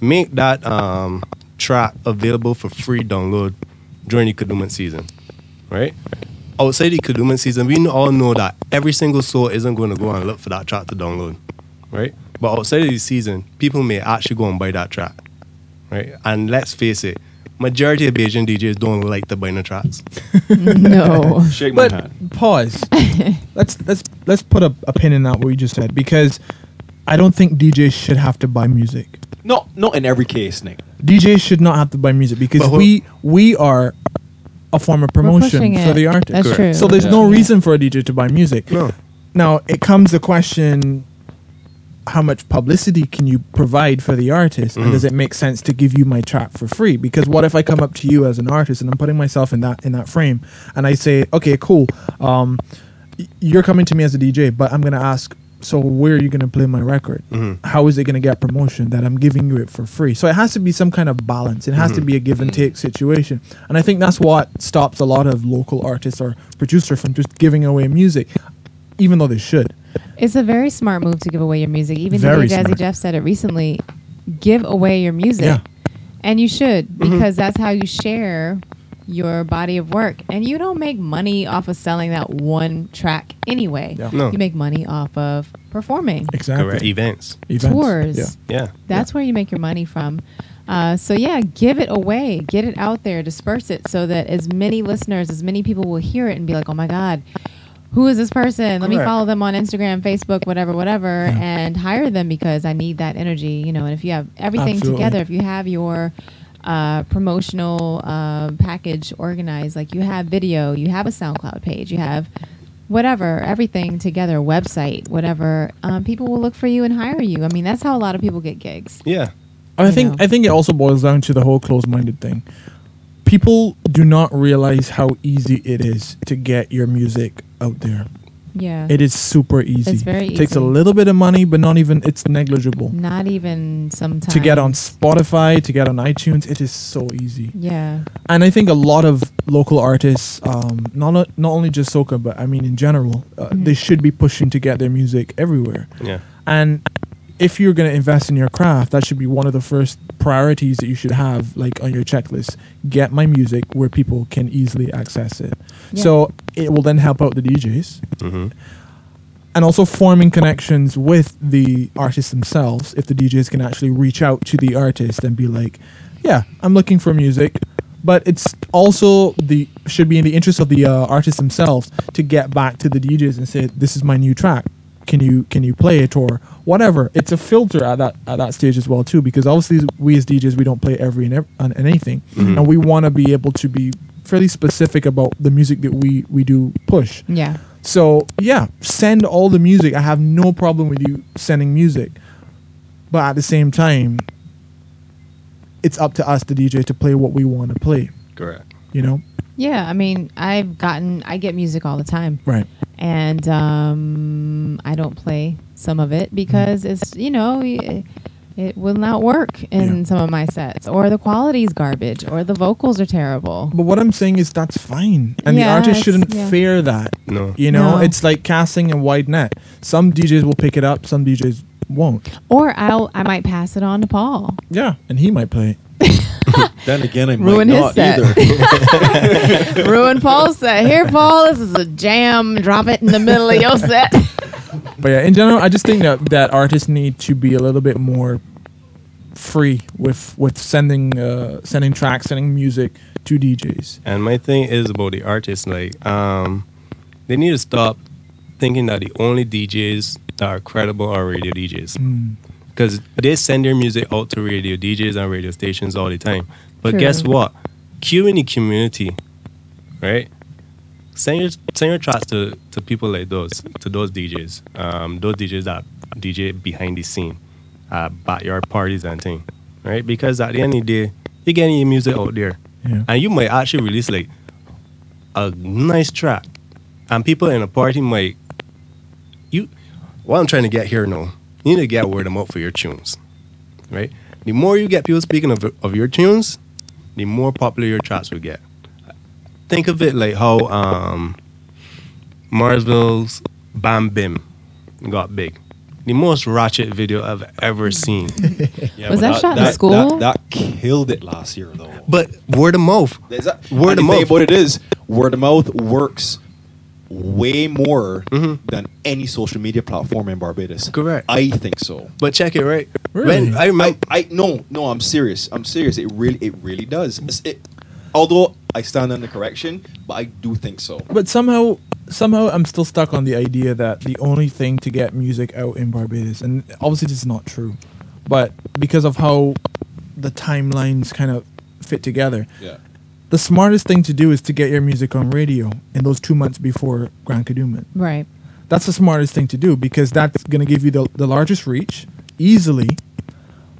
Speaker 3: make that um, track available for free download during the Kaduma season, right? Outside the Kaduma season, we all know that every single soul isn't going to go and look for that track to download, right? But outside of the season, people may actually go and buy that track, right? And let's face it, majority of Beijing DJs don't like to buy the tracks.
Speaker 2: no.
Speaker 4: Shake my
Speaker 1: But
Speaker 4: hand.
Speaker 1: pause. let's let's let's put a, a pin in that what you just said because I don't think DJs should have to buy music.
Speaker 4: Not, not in every case, Nick.
Speaker 1: DJs should not have to buy music because
Speaker 3: But who-
Speaker 1: we we are a form of promotion
Speaker 2: pushing
Speaker 1: for
Speaker 2: it.
Speaker 1: the artist.
Speaker 2: That's Correct. true.
Speaker 1: So there's
Speaker 4: Yeah.
Speaker 1: no
Speaker 2: Yeah.
Speaker 1: reason for a DJ to buy music.
Speaker 3: No.
Speaker 1: Now it comes the question: How much publicity can you provide for the artist, and
Speaker 3: Mm.
Speaker 1: does it make sense to give you my track for free? Because what if I come up to you as an artist, and I'm putting myself in that in that frame, and I say, okay, cool, um, y- you're coming to me as a DJ, but I'm gonna ask. So where are you gonna play my record? How is it gonna get promotion that I'm giving you it for free? So it has to be some kind of balance. It has to be a give and take situation, and I think that's what stops a lot of local artists or producers from just giving away music, even though they should.
Speaker 2: It's a very smart move to give away your music. Even
Speaker 1: Very
Speaker 2: the way Jazzy
Speaker 1: smart.
Speaker 2: Jeff said it recently, give away your music.
Speaker 1: Yeah. Mm-hmm.
Speaker 2: And you should because that's how you share your body of work. And you don't make money off of selling that one track anyway.
Speaker 1: Yeah.
Speaker 3: No.
Speaker 2: You make money off of performing
Speaker 1: Exactly.
Speaker 3: Correct. Events.
Speaker 1: Events.
Speaker 2: tours.
Speaker 1: Yeah.
Speaker 3: Yeah.
Speaker 2: That's where you make your money from. Uh, so yeah, give it away, get it out there, disperse it so that as many listeners, as many people will hear it and be like, "Oh my God, who is this person? Let me
Speaker 1: Correct.
Speaker 2: follow them on Instagram, Facebook, whatever, whatever, and hire them because I need that energy." You know, and if you have everything
Speaker 1: Absolutely.
Speaker 2: together, if you have your uh, promotional uh, package organized, like you have video, you have a SoundCloud page, you have whatever, everything together, website, whatever, um, people will look for you and hire you. I mean, that's how a lot of people get gigs.
Speaker 3: Yeah.
Speaker 1: I
Speaker 2: you
Speaker 1: think
Speaker 2: know.
Speaker 1: I think it also boils down to the whole closed-minded thing. People do not realize how easy it is to get your music out there.
Speaker 2: Yeah.
Speaker 1: It is super easy.
Speaker 2: It's very
Speaker 1: Takes a
Speaker 2: easy.
Speaker 1: little bit of money, but not even it's negligible.
Speaker 2: Not even sometimes.
Speaker 1: To get on Spotify, to get on iTunes, it is so easy.
Speaker 2: Yeah.
Speaker 1: and I think a lot of local artists, um, not o- not only just soca, but I mean in general, uh,
Speaker 2: Mm-hmm.
Speaker 1: they should be pushing to get their music everywhere.
Speaker 3: Yeah.
Speaker 1: And if you're going to invest in your craft, that should be one of the first priorities that you should have, like on your checklist. Get my music where people can easily access it.
Speaker 2: Yeah.
Speaker 1: So it will then help out the DJs
Speaker 3: hmm
Speaker 1: and also forming connections with the artists themselves if the DJs can actually reach out to the artist and be like, yeah, I'm looking for music. But it's also the should be in the interest of the uh, artists themselves to get back to the DJs and say, "This is my new track. Can you can you play it or whatever?" It's a filter at that at that stage as well too, because obviously we as DJs we don't play every and ev- and anything, and we want to be able to be fairly specific about the music that we we do push.
Speaker 2: Yeah.
Speaker 1: So yeah, send all the music. I have no problem with you sending music, but at the same time, it's up to us, the DJ, to play what we want to play.
Speaker 3: Correct.
Speaker 1: You know,
Speaker 2: Yeah. I mean, I've gotten, I get music all the time.
Speaker 1: right?
Speaker 2: And um, I don't play some of it because it's you know y- it will not work in
Speaker 1: Yeah.
Speaker 2: some of my sets or the quality's garbage or the vocals are terrible.
Speaker 1: But what I'm saying is that's fine, and the
Speaker 2: Yeah,
Speaker 1: artist
Speaker 2: it's-
Speaker 1: shouldn't
Speaker 2: yeah.
Speaker 1: fear that.
Speaker 3: No.
Speaker 1: you know,
Speaker 2: No.
Speaker 1: it's like casting a wide net. Some DJs will pick it up, some DJs won't.
Speaker 2: Or I'll I might pass it on to Paul.
Speaker 1: Yeah, and he might play. it.
Speaker 4: Then again, I might
Speaker 2: Ruin his
Speaker 4: not
Speaker 2: set.
Speaker 4: either.
Speaker 2: Ruin Paul's set. Here, Paul, this is a jam. Drop it in the middle of your set.
Speaker 1: But yeah, in general, I just think that that artists need to be a little bit more free with with sending uh, sending tracks, sending music to DJs.
Speaker 3: And my thing is about the artists, like, um, they need to stop thinking that the only DJs that are credible are radio DJs. Because they send their music out to radio DJs and radio stations all the time. But
Speaker 2: True.
Speaker 3: guess what? Q in the community, right? Send your send your tracks to, to people like those, to those DJs. Um, those DJs that DJ behind the scene at backyard parties and thing. Right? Because at the end of the day, you're getting your music out there.
Speaker 1: Yeah.
Speaker 3: And you might actually release like a nice track. And people in a party might you what I'm trying to get here now, you need to get word of mouth for your tunes. Right? The more you get people speaking of, of your tunes, the more popular your tracks will get. Think of it like how um, Marsville's Bam Bim got big. The most ratchet video I've ever seen.
Speaker 4: Yeah,
Speaker 2: Was
Speaker 4: but
Speaker 2: that shot in school?
Speaker 4: That, that killed it last year, though.
Speaker 3: but word of mouth.
Speaker 4: Is that-
Speaker 3: word
Speaker 4: and
Speaker 3: of
Speaker 4: the thing
Speaker 3: mouth.
Speaker 4: about it is, word of mouth works way more than any social media platform in Barbados.
Speaker 3: Correct.
Speaker 4: I think so.
Speaker 3: But check it right.
Speaker 1: Really?
Speaker 3: When I
Speaker 4: I,
Speaker 3: remember,
Speaker 4: I no no I'm serious I'm serious it really it really does It's- it, although I stand on the correction but I do think so
Speaker 1: But somehow, somehow, I'm still stuck on the idea that the only thing to get music out in Barbados, and obviously this is not true, but because of how the timelines kind of fit together,
Speaker 4: yeah
Speaker 1: the smartest thing to do is to get your music on radio in those two months before Grand Caduman.
Speaker 2: Right.
Speaker 1: That's the smartest thing to do because that's going to give you the, the largest reach easily,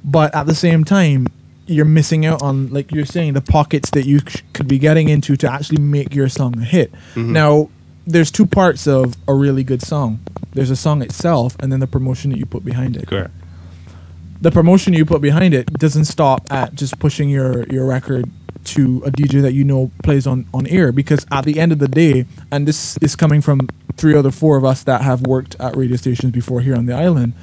Speaker 1: but at the same time, you're missing out on, like you're saying, the pockets that you c- could be getting into to actually make your song a hit. Now, there's two parts of a really good song there's a song itself, and then the promotion that you put behind it
Speaker 3: correct.
Speaker 1: the promotion you put behind it doesn't stop at just pushing your your record to a DJ that you know plays on on air because at the end of the day, and this is coming from three other four of us that have worked at radio stations before here on the island,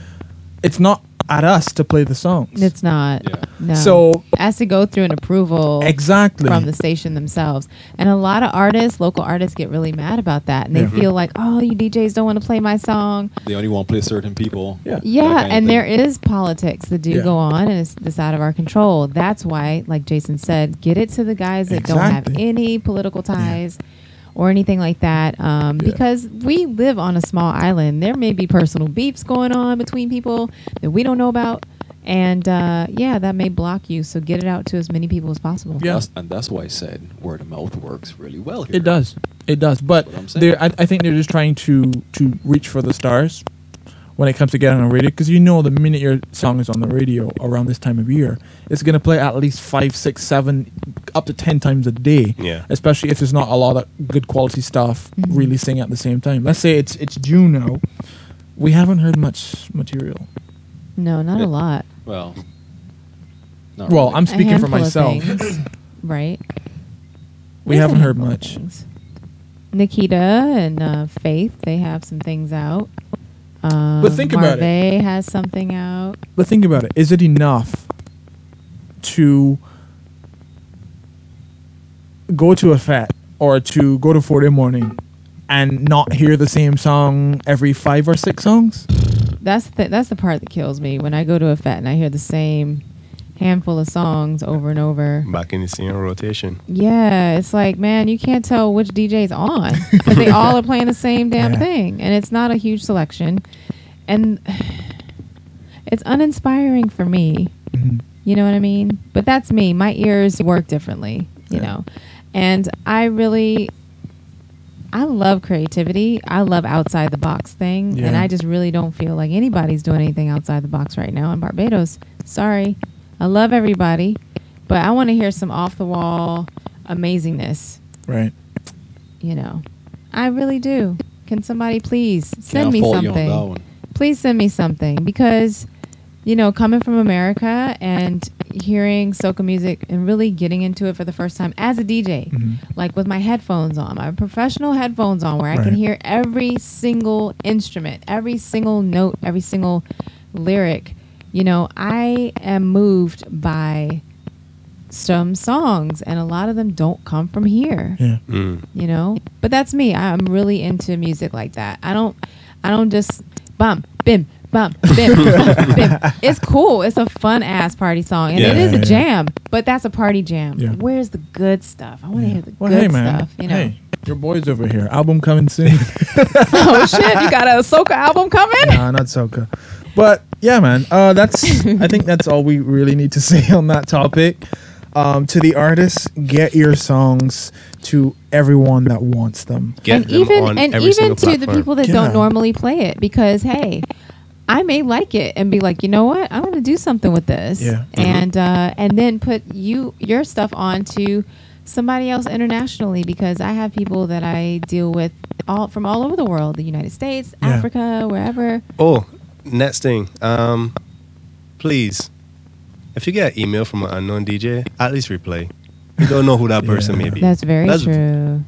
Speaker 1: it's not at us to play the songs.
Speaker 2: It's not.
Speaker 4: Yeah.
Speaker 2: No.
Speaker 1: So-
Speaker 2: it has to go through an approval
Speaker 1: exactly
Speaker 2: from the station themselves. And a lot of artists, local artists, get really mad about that. And they
Speaker 1: Yeah.
Speaker 2: feel like, oh, you DJs don't want to play my song.
Speaker 4: they only want to play certain people
Speaker 1: Yeah.
Speaker 2: Yeah,
Speaker 4: kind of
Speaker 2: and
Speaker 4: thing.
Speaker 2: there is politics that do
Speaker 1: Yeah.
Speaker 2: go on, and it's that's out of our control. That's why, like Jason said, get it to the guys that don't
Speaker 1: Exactly.
Speaker 2: have any political ties or anything like that, um,
Speaker 1: Yeah.
Speaker 2: because we live on a small island. There may be personal beefs going on between people that we don't know about, and uh, yeah, that may block you. So get it out to as many people as possible.
Speaker 1: Yeah.
Speaker 4: That's- and that's why I said word of mouth works really well here.
Speaker 1: It does. It does. But
Speaker 4: That's what I'm saying.
Speaker 1: they're, I, I think they're just trying to to reach for the stars when it comes to getting on the radio because you know the minute your song is on the radio around this time of year, it's gonna play at least five, six, seven, up to ten times a day.
Speaker 3: Yeah.
Speaker 1: Especially if there's not a lot of good quality stuff
Speaker 2: Mm-hmm.
Speaker 1: releasing at the same time. Let's say it's it's June now. We haven't heard much material.
Speaker 2: No, not a
Speaker 4: Yeah.
Speaker 2: lot.
Speaker 4: well not
Speaker 1: Well,
Speaker 4: really.
Speaker 1: I'm
Speaker 2: A
Speaker 1: speaking for
Speaker 2: handful of
Speaker 1: myself.
Speaker 2: things, right?
Speaker 1: We
Speaker 2: There's a
Speaker 1: haven't heard
Speaker 2: handful of
Speaker 1: much.
Speaker 2: things. Nikita and uh, Faith, they have some things out. Um,
Speaker 1: think about it.
Speaker 2: Marve has something out.
Speaker 1: But think about it. Is it enough to go to a fat or to go to Friday morning and not hear the same song every five or six songs?
Speaker 2: That's the that's the part that kills me when I go to a fet and I hear the same handful of songs over and over.
Speaker 3: Back in the scene rotation.
Speaker 2: Yeah, it's like man, you can't tell which DJ's on because they all are playing the same damn
Speaker 1: Yeah.
Speaker 2: thing, and it's not a huge selection, and it's uninspiring for me.
Speaker 1: Mm-hmm.
Speaker 2: You know what I mean? But that's me. My ears work differently, you
Speaker 1: Yeah.
Speaker 2: know. And I really I love creativity. I love outside the box thing, and
Speaker 1: Yeah.
Speaker 2: I just really don't feel like anybody's doing anything outside the box right now in Barbados. Sorry. I love everybody, but I want to hear some off the wall amazingness,
Speaker 1: Right.
Speaker 2: you know. I really do. Can somebody please
Speaker 4: Can't
Speaker 2: send me
Speaker 4: fault you on
Speaker 2: something?
Speaker 4: that one.
Speaker 2: please send me something because you know coming from america and hearing soca music and really getting into it for the first time as a dj
Speaker 1: Mhm.
Speaker 2: like with my headphones on my professional headphones on where i
Speaker 1: Right.
Speaker 2: can hear every single instrument every single note every single lyric you know i am moved by some songs and a lot of them don't come from here
Speaker 1: Yeah.
Speaker 3: Mm.
Speaker 2: you know but that's me i'm really into music like that i don't i don't just bump bim bump bim, bump, bim. it's cool it's a fun ass party song and it
Speaker 3: Yeah.
Speaker 2: is a
Speaker 1: Yeah.
Speaker 2: jam but that's a party jam
Speaker 1: Yeah.
Speaker 2: where's the good stuff i want to hear the
Speaker 1: Well,
Speaker 2: good
Speaker 1: hey man.
Speaker 2: stuff you know
Speaker 1: Hey, your boys over here. Album coming soon.
Speaker 2: oh shit you got a soca album coming
Speaker 1: nah, not soca. But yeah, man. Uh, that's. I think that's all we really need to say on that topic. Um, to the artists, get your songs to everyone that wants them.
Speaker 3: Get
Speaker 2: and
Speaker 3: them
Speaker 2: even
Speaker 3: on
Speaker 2: and
Speaker 3: every
Speaker 2: even
Speaker 3: single
Speaker 2: to the
Speaker 3: platform.
Speaker 2: people that
Speaker 1: Yeah.
Speaker 2: don't normally play it because hey i may like it and be like you know what i'm gonna do something with this
Speaker 1: Yeah. Mhm.
Speaker 2: and uh, and then put you your stuff on to somebody else internationally because i have people that i deal with all from all over the world the united states
Speaker 1: Yeah.
Speaker 2: africa wherever
Speaker 3: Oh, next thing. Um, please, if you get an email from an unknown DJ, at least reply. You don't know who that person
Speaker 1: Yeah.
Speaker 3: may be.
Speaker 2: that's very
Speaker 3: That's-
Speaker 2: true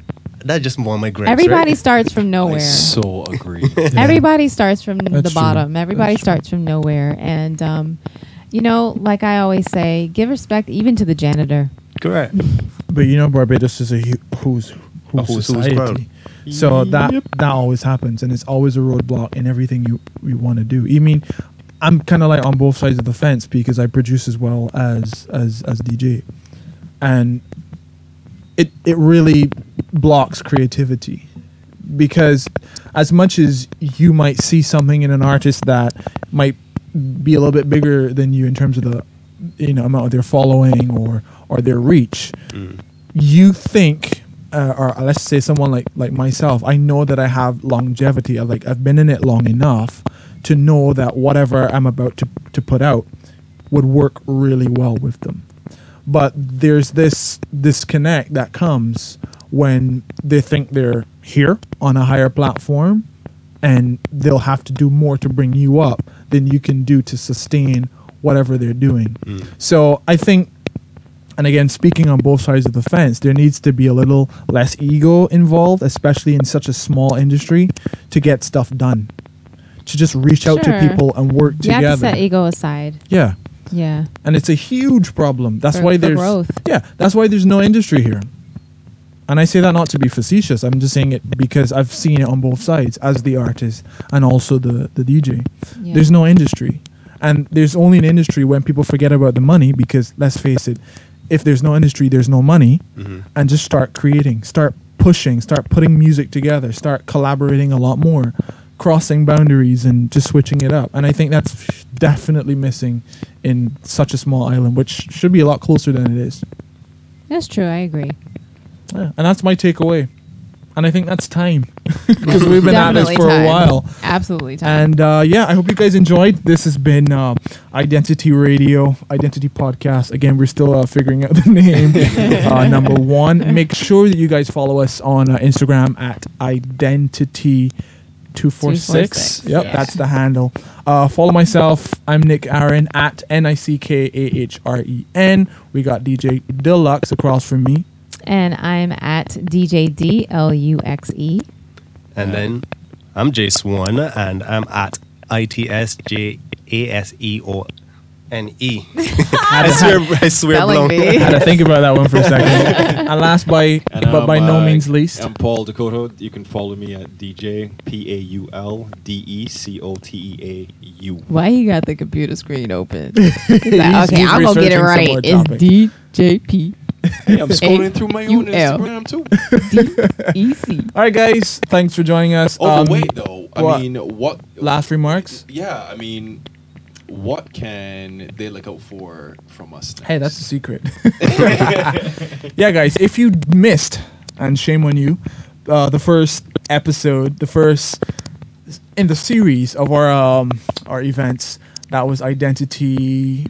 Speaker 3: That just won my grades.
Speaker 2: everybody
Speaker 3: right?
Speaker 2: starts from
Speaker 4: I
Speaker 2: nowhere
Speaker 4: so agree.
Speaker 2: Everybody starts from the
Speaker 1: That's true.
Speaker 2: bottom. Everybody
Speaker 1: That's true.
Speaker 2: starts from nowhere. And, um, you know, like I always say, give respect even to the janitor.
Speaker 3: correct.
Speaker 1: But you know, Barbados is a hu- who's who
Speaker 3: A who's who's
Speaker 1: society.
Speaker 3: crowd.
Speaker 1: So that that always happens, and it's always a roadblock in everything you you want to do. I mean, I'm kind of like on both sides of the fence because I produce as well as as as DJ, and it it really blocks creativity because as much as you might see something in an artist that might be a little bit bigger than you in terms of the you know amount of their following or or their reach you think uh, or let's say someone like like myself i know that i have longevity I've, like i've been in it long enough to know that whatever i'm about to, to put out would work really well with them but there's this disconnect that comes when they think they're here on a higher platform and they'll have to do more to bring you up than you can do to sustain whatever they're doing so i think and again speaking on both sides of the fence there needs to be a little less ego involved especially in such a small industry to get stuff done to just reach out to
Speaker 2: Sure.
Speaker 1: people and work
Speaker 2: You have to set e-
Speaker 1: together
Speaker 2: ego aside.
Speaker 1: yeah
Speaker 2: Yeah.
Speaker 1: and it's a huge problem that's
Speaker 2: For-
Speaker 1: why
Speaker 2: for
Speaker 1: there's
Speaker 2: growth.
Speaker 1: yeah that's why there's no industry here and i say that not to be facetious i'm just saying it because i've seen it on both sides as the artist and also the the dj
Speaker 2: Yeah.
Speaker 1: there's no industry and there's only an industry when people forget about the money because let's face it if there's no industry there's no money and just start creating start pushing start putting music together start collaborating a lot more crossing boundaries and just switching it up and i think that's definitely missing in such a small island which should be a lot closer than it is
Speaker 2: That's true. I agree.
Speaker 1: yeah. and that's my takeaway and i think that's time because we've been at
Speaker 2: Definitely
Speaker 1: this for
Speaker 2: time.
Speaker 1: a while
Speaker 2: Absolutely time.
Speaker 1: and uh, yeah, I hope you guys enjoyed. This has been uh, Identity Radio, Identity Podcast. Again, we're still uh, figuring out the name. uh, number one, make sure that you guys follow us on uh, Instagram at Identity. 246.
Speaker 2: 246,
Speaker 1: Yep,
Speaker 2: yeah.
Speaker 1: that's the handle. Uh, follow myself. I'm Nick Aaron at N I C K A H R E N. We got DJ Deluxe across from me.
Speaker 2: And, I'm at DJDLUXE.
Speaker 3: And then I'm Jay Swan, and I'm at I T S J A S E O N E. I swear, I swear,
Speaker 2: Spelling
Speaker 3: blown.
Speaker 1: I
Speaker 2: bee.
Speaker 1: had to think about that one for a second. and last by,
Speaker 4: And
Speaker 1: but
Speaker 4: I'm,
Speaker 1: by no
Speaker 4: uh,
Speaker 1: means least.
Speaker 4: I'm Paul Dakota. You can follow me at DJ P A U L D E C O T E A U.
Speaker 2: Why he got the computer screen open? He's like,
Speaker 1: He's-
Speaker 2: okay,
Speaker 1: he's
Speaker 2: I'm going to get
Speaker 1: researching
Speaker 2: it
Speaker 1: some
Speaker 2: right.
Speaker 1: more
Speaker 2: It's
Speaker 1: topic.
Speaker 2: DJP
Speaker 4: Hey, I'm scrolling through my own
Speaker 2: A-U-L.
Speaker 4: Instagram too.
Speaker 2: EC.
Speaker 1: All right, guys. Thanks for joining us.
Speaker 4: Oh,
Speaker 1: Um,
Speaker 4: but wait though. I
Speaker 1: what?
Speaker 4: mean, what?
Speaker 1: Last remarks.
Speaker 4: Yeah, I mean, what can they look out for from us? Next?
Speaker 1: Hey, that's a secret. yeah, guys. If you missed, and shame on you, uh, the first episode, the first in the series of our um, our events, that was identity.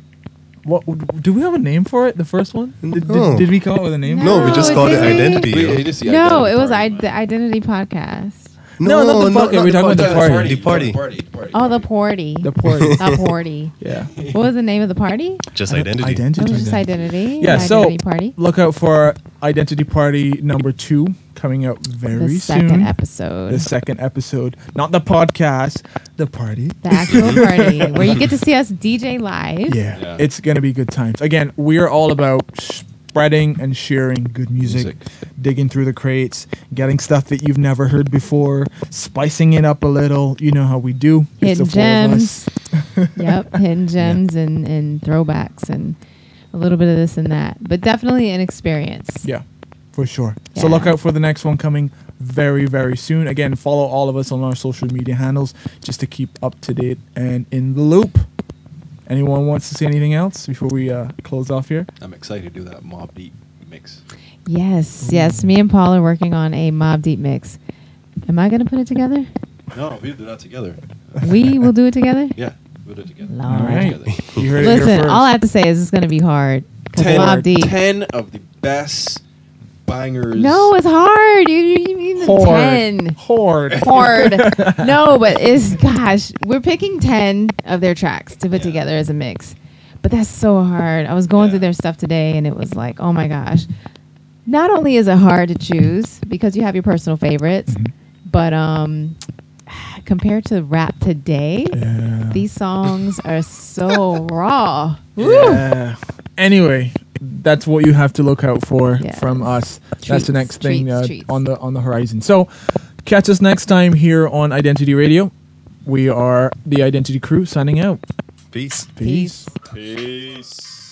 Speaker 1: What do we have a name for it? The first one? Did,
Speaker 3: No.
Speaker 1: did, did we come up with a name?
Speaker 3: No, we just
Speaker 2: No,
Speaker 3: called it
Speaker 2: did we?
Speaker 3: identity.
Speaker 4: Wait,
Speaker 3: yo.
Speaker 4: just the
Speaker 2: No,
Speaker 4: identity
Speaker 2: it was
Speaker 4: part,
Speaker 2: I-
Speaker 4: man.
Speaker 2: the Identity Podcast.
Speaker 1: No, not the bucket, we're talking about the
Speaker 3: bucket,
Speaker 1: party.
Speaker 3: The party.
Speaker 4: party, Oh, the party.
Speaker 2: Oh, the
Speaker 1: The
Speaker 2: party.
Speaker 1: party.
Speaker 2: a party.
Speaker 1: yeah.
Speaker 2: What was the name of the party?
Speaker 3: Just identity.
Speaker 2: It
Speaker 1: Identity.
Speaker 2: was Oh, just identity.
Speaker 1: Yeah,
Speaker 2: the
Speaker 1: so
Speaker 2: identity party.
Speaker 1: look out for Identity Party number two coming out very
Speaker 2: The
Speaker 1: soon.
Speaker 2: second episode.
Speaker 1: The second episode, not the podcast, the party.
Speaker 2: the actual party where you get to see us DJ live.
Speaker 1: Mm-hmm. Yeah,
Speaker 4: Yeah.
Speaker 1: it's gonna be good times. Again, we are all about spreading and sharing good music,
Speaker 4: Music.
Speaker 1: digging through the crates, getting stuff that you've never heard before, spicing it up a little. You know how we do. It's
Speaker 2: Hidden
Speaker 1: the four of us.
Speaker 2: gems. yep, hidden gems and, and throwbacks and a little bit of this and that. But definitely an experience.
Speaker 1: Yeah, for sure. So
Speaker 2: Yeah.
Speaker 1: look out for the next one coming very, very soon. Again, follow all of us on our social media handles just to keep up to date and in the loop. Anyone wants to say anything else before we uh, close off here?
Speaker 4: I'm excited to do that Mob Deep mix.
Speaker 2: Yes,
Speaker 1: Mm-hmm.
Speaker 2: yes. Me and Paul are working on a Mob Deep mix. Am I going to put it together?
Speaker 4: No, we do that together.
Speaker 2: We will do it together?
Speaker 4: Yeah, we do it together.
Speaker 2: All
Speaker 1: All right.
Speaker 4: Together.
Speaker 1: You heard it here
Speaker 2: Listen,
Speaker 1: first.
Speaker 2: all I have to say is it's going to be hard. 'cause
Speaker 4: Ten,
Speaker 2: Mobb Deep.
Speaker 4: ten of the best bangers.
Speaker 2: No, it's hard. You, you, you mean the
Speaker 1: Horde.
Speaker 2: 10.
Speaker 1: Horde.
Speaker 2: hard. no, but it's gosh, we're picking ten of their tracks to put
Speaker 4: Yeah.
Speaker 2: together as a mix. But that's so hard. I was going through their
Speaker 4: Yeah.
Speaker 2: stuff today and it was like, oh my gosh. Not only is it hard to choose because you have your personal favorites,
Speaker 4: Mm-hmm.
Speaker 2: but um compared to rap today,
Speaker 1: Yeah.
Speaker 2: these songs are so raw.
Speaker 1: Yeah. Anyway, that's what you have to look out for
Speaker 2: Yes.
Speaker 1: from us. that's
Speaker 2: Treats,
Speaker 1: the next thing
Speaker 2: treats,
Speaker 1: uh,
Speaker 2: treats.
Speaker 1: on the on the horizon. So, catch us next time here on Identity Radio. We are the Identity Crew signing out.
Speaker 3: Peace.
Speaker 2: Peace.
Speaker 4: Peace.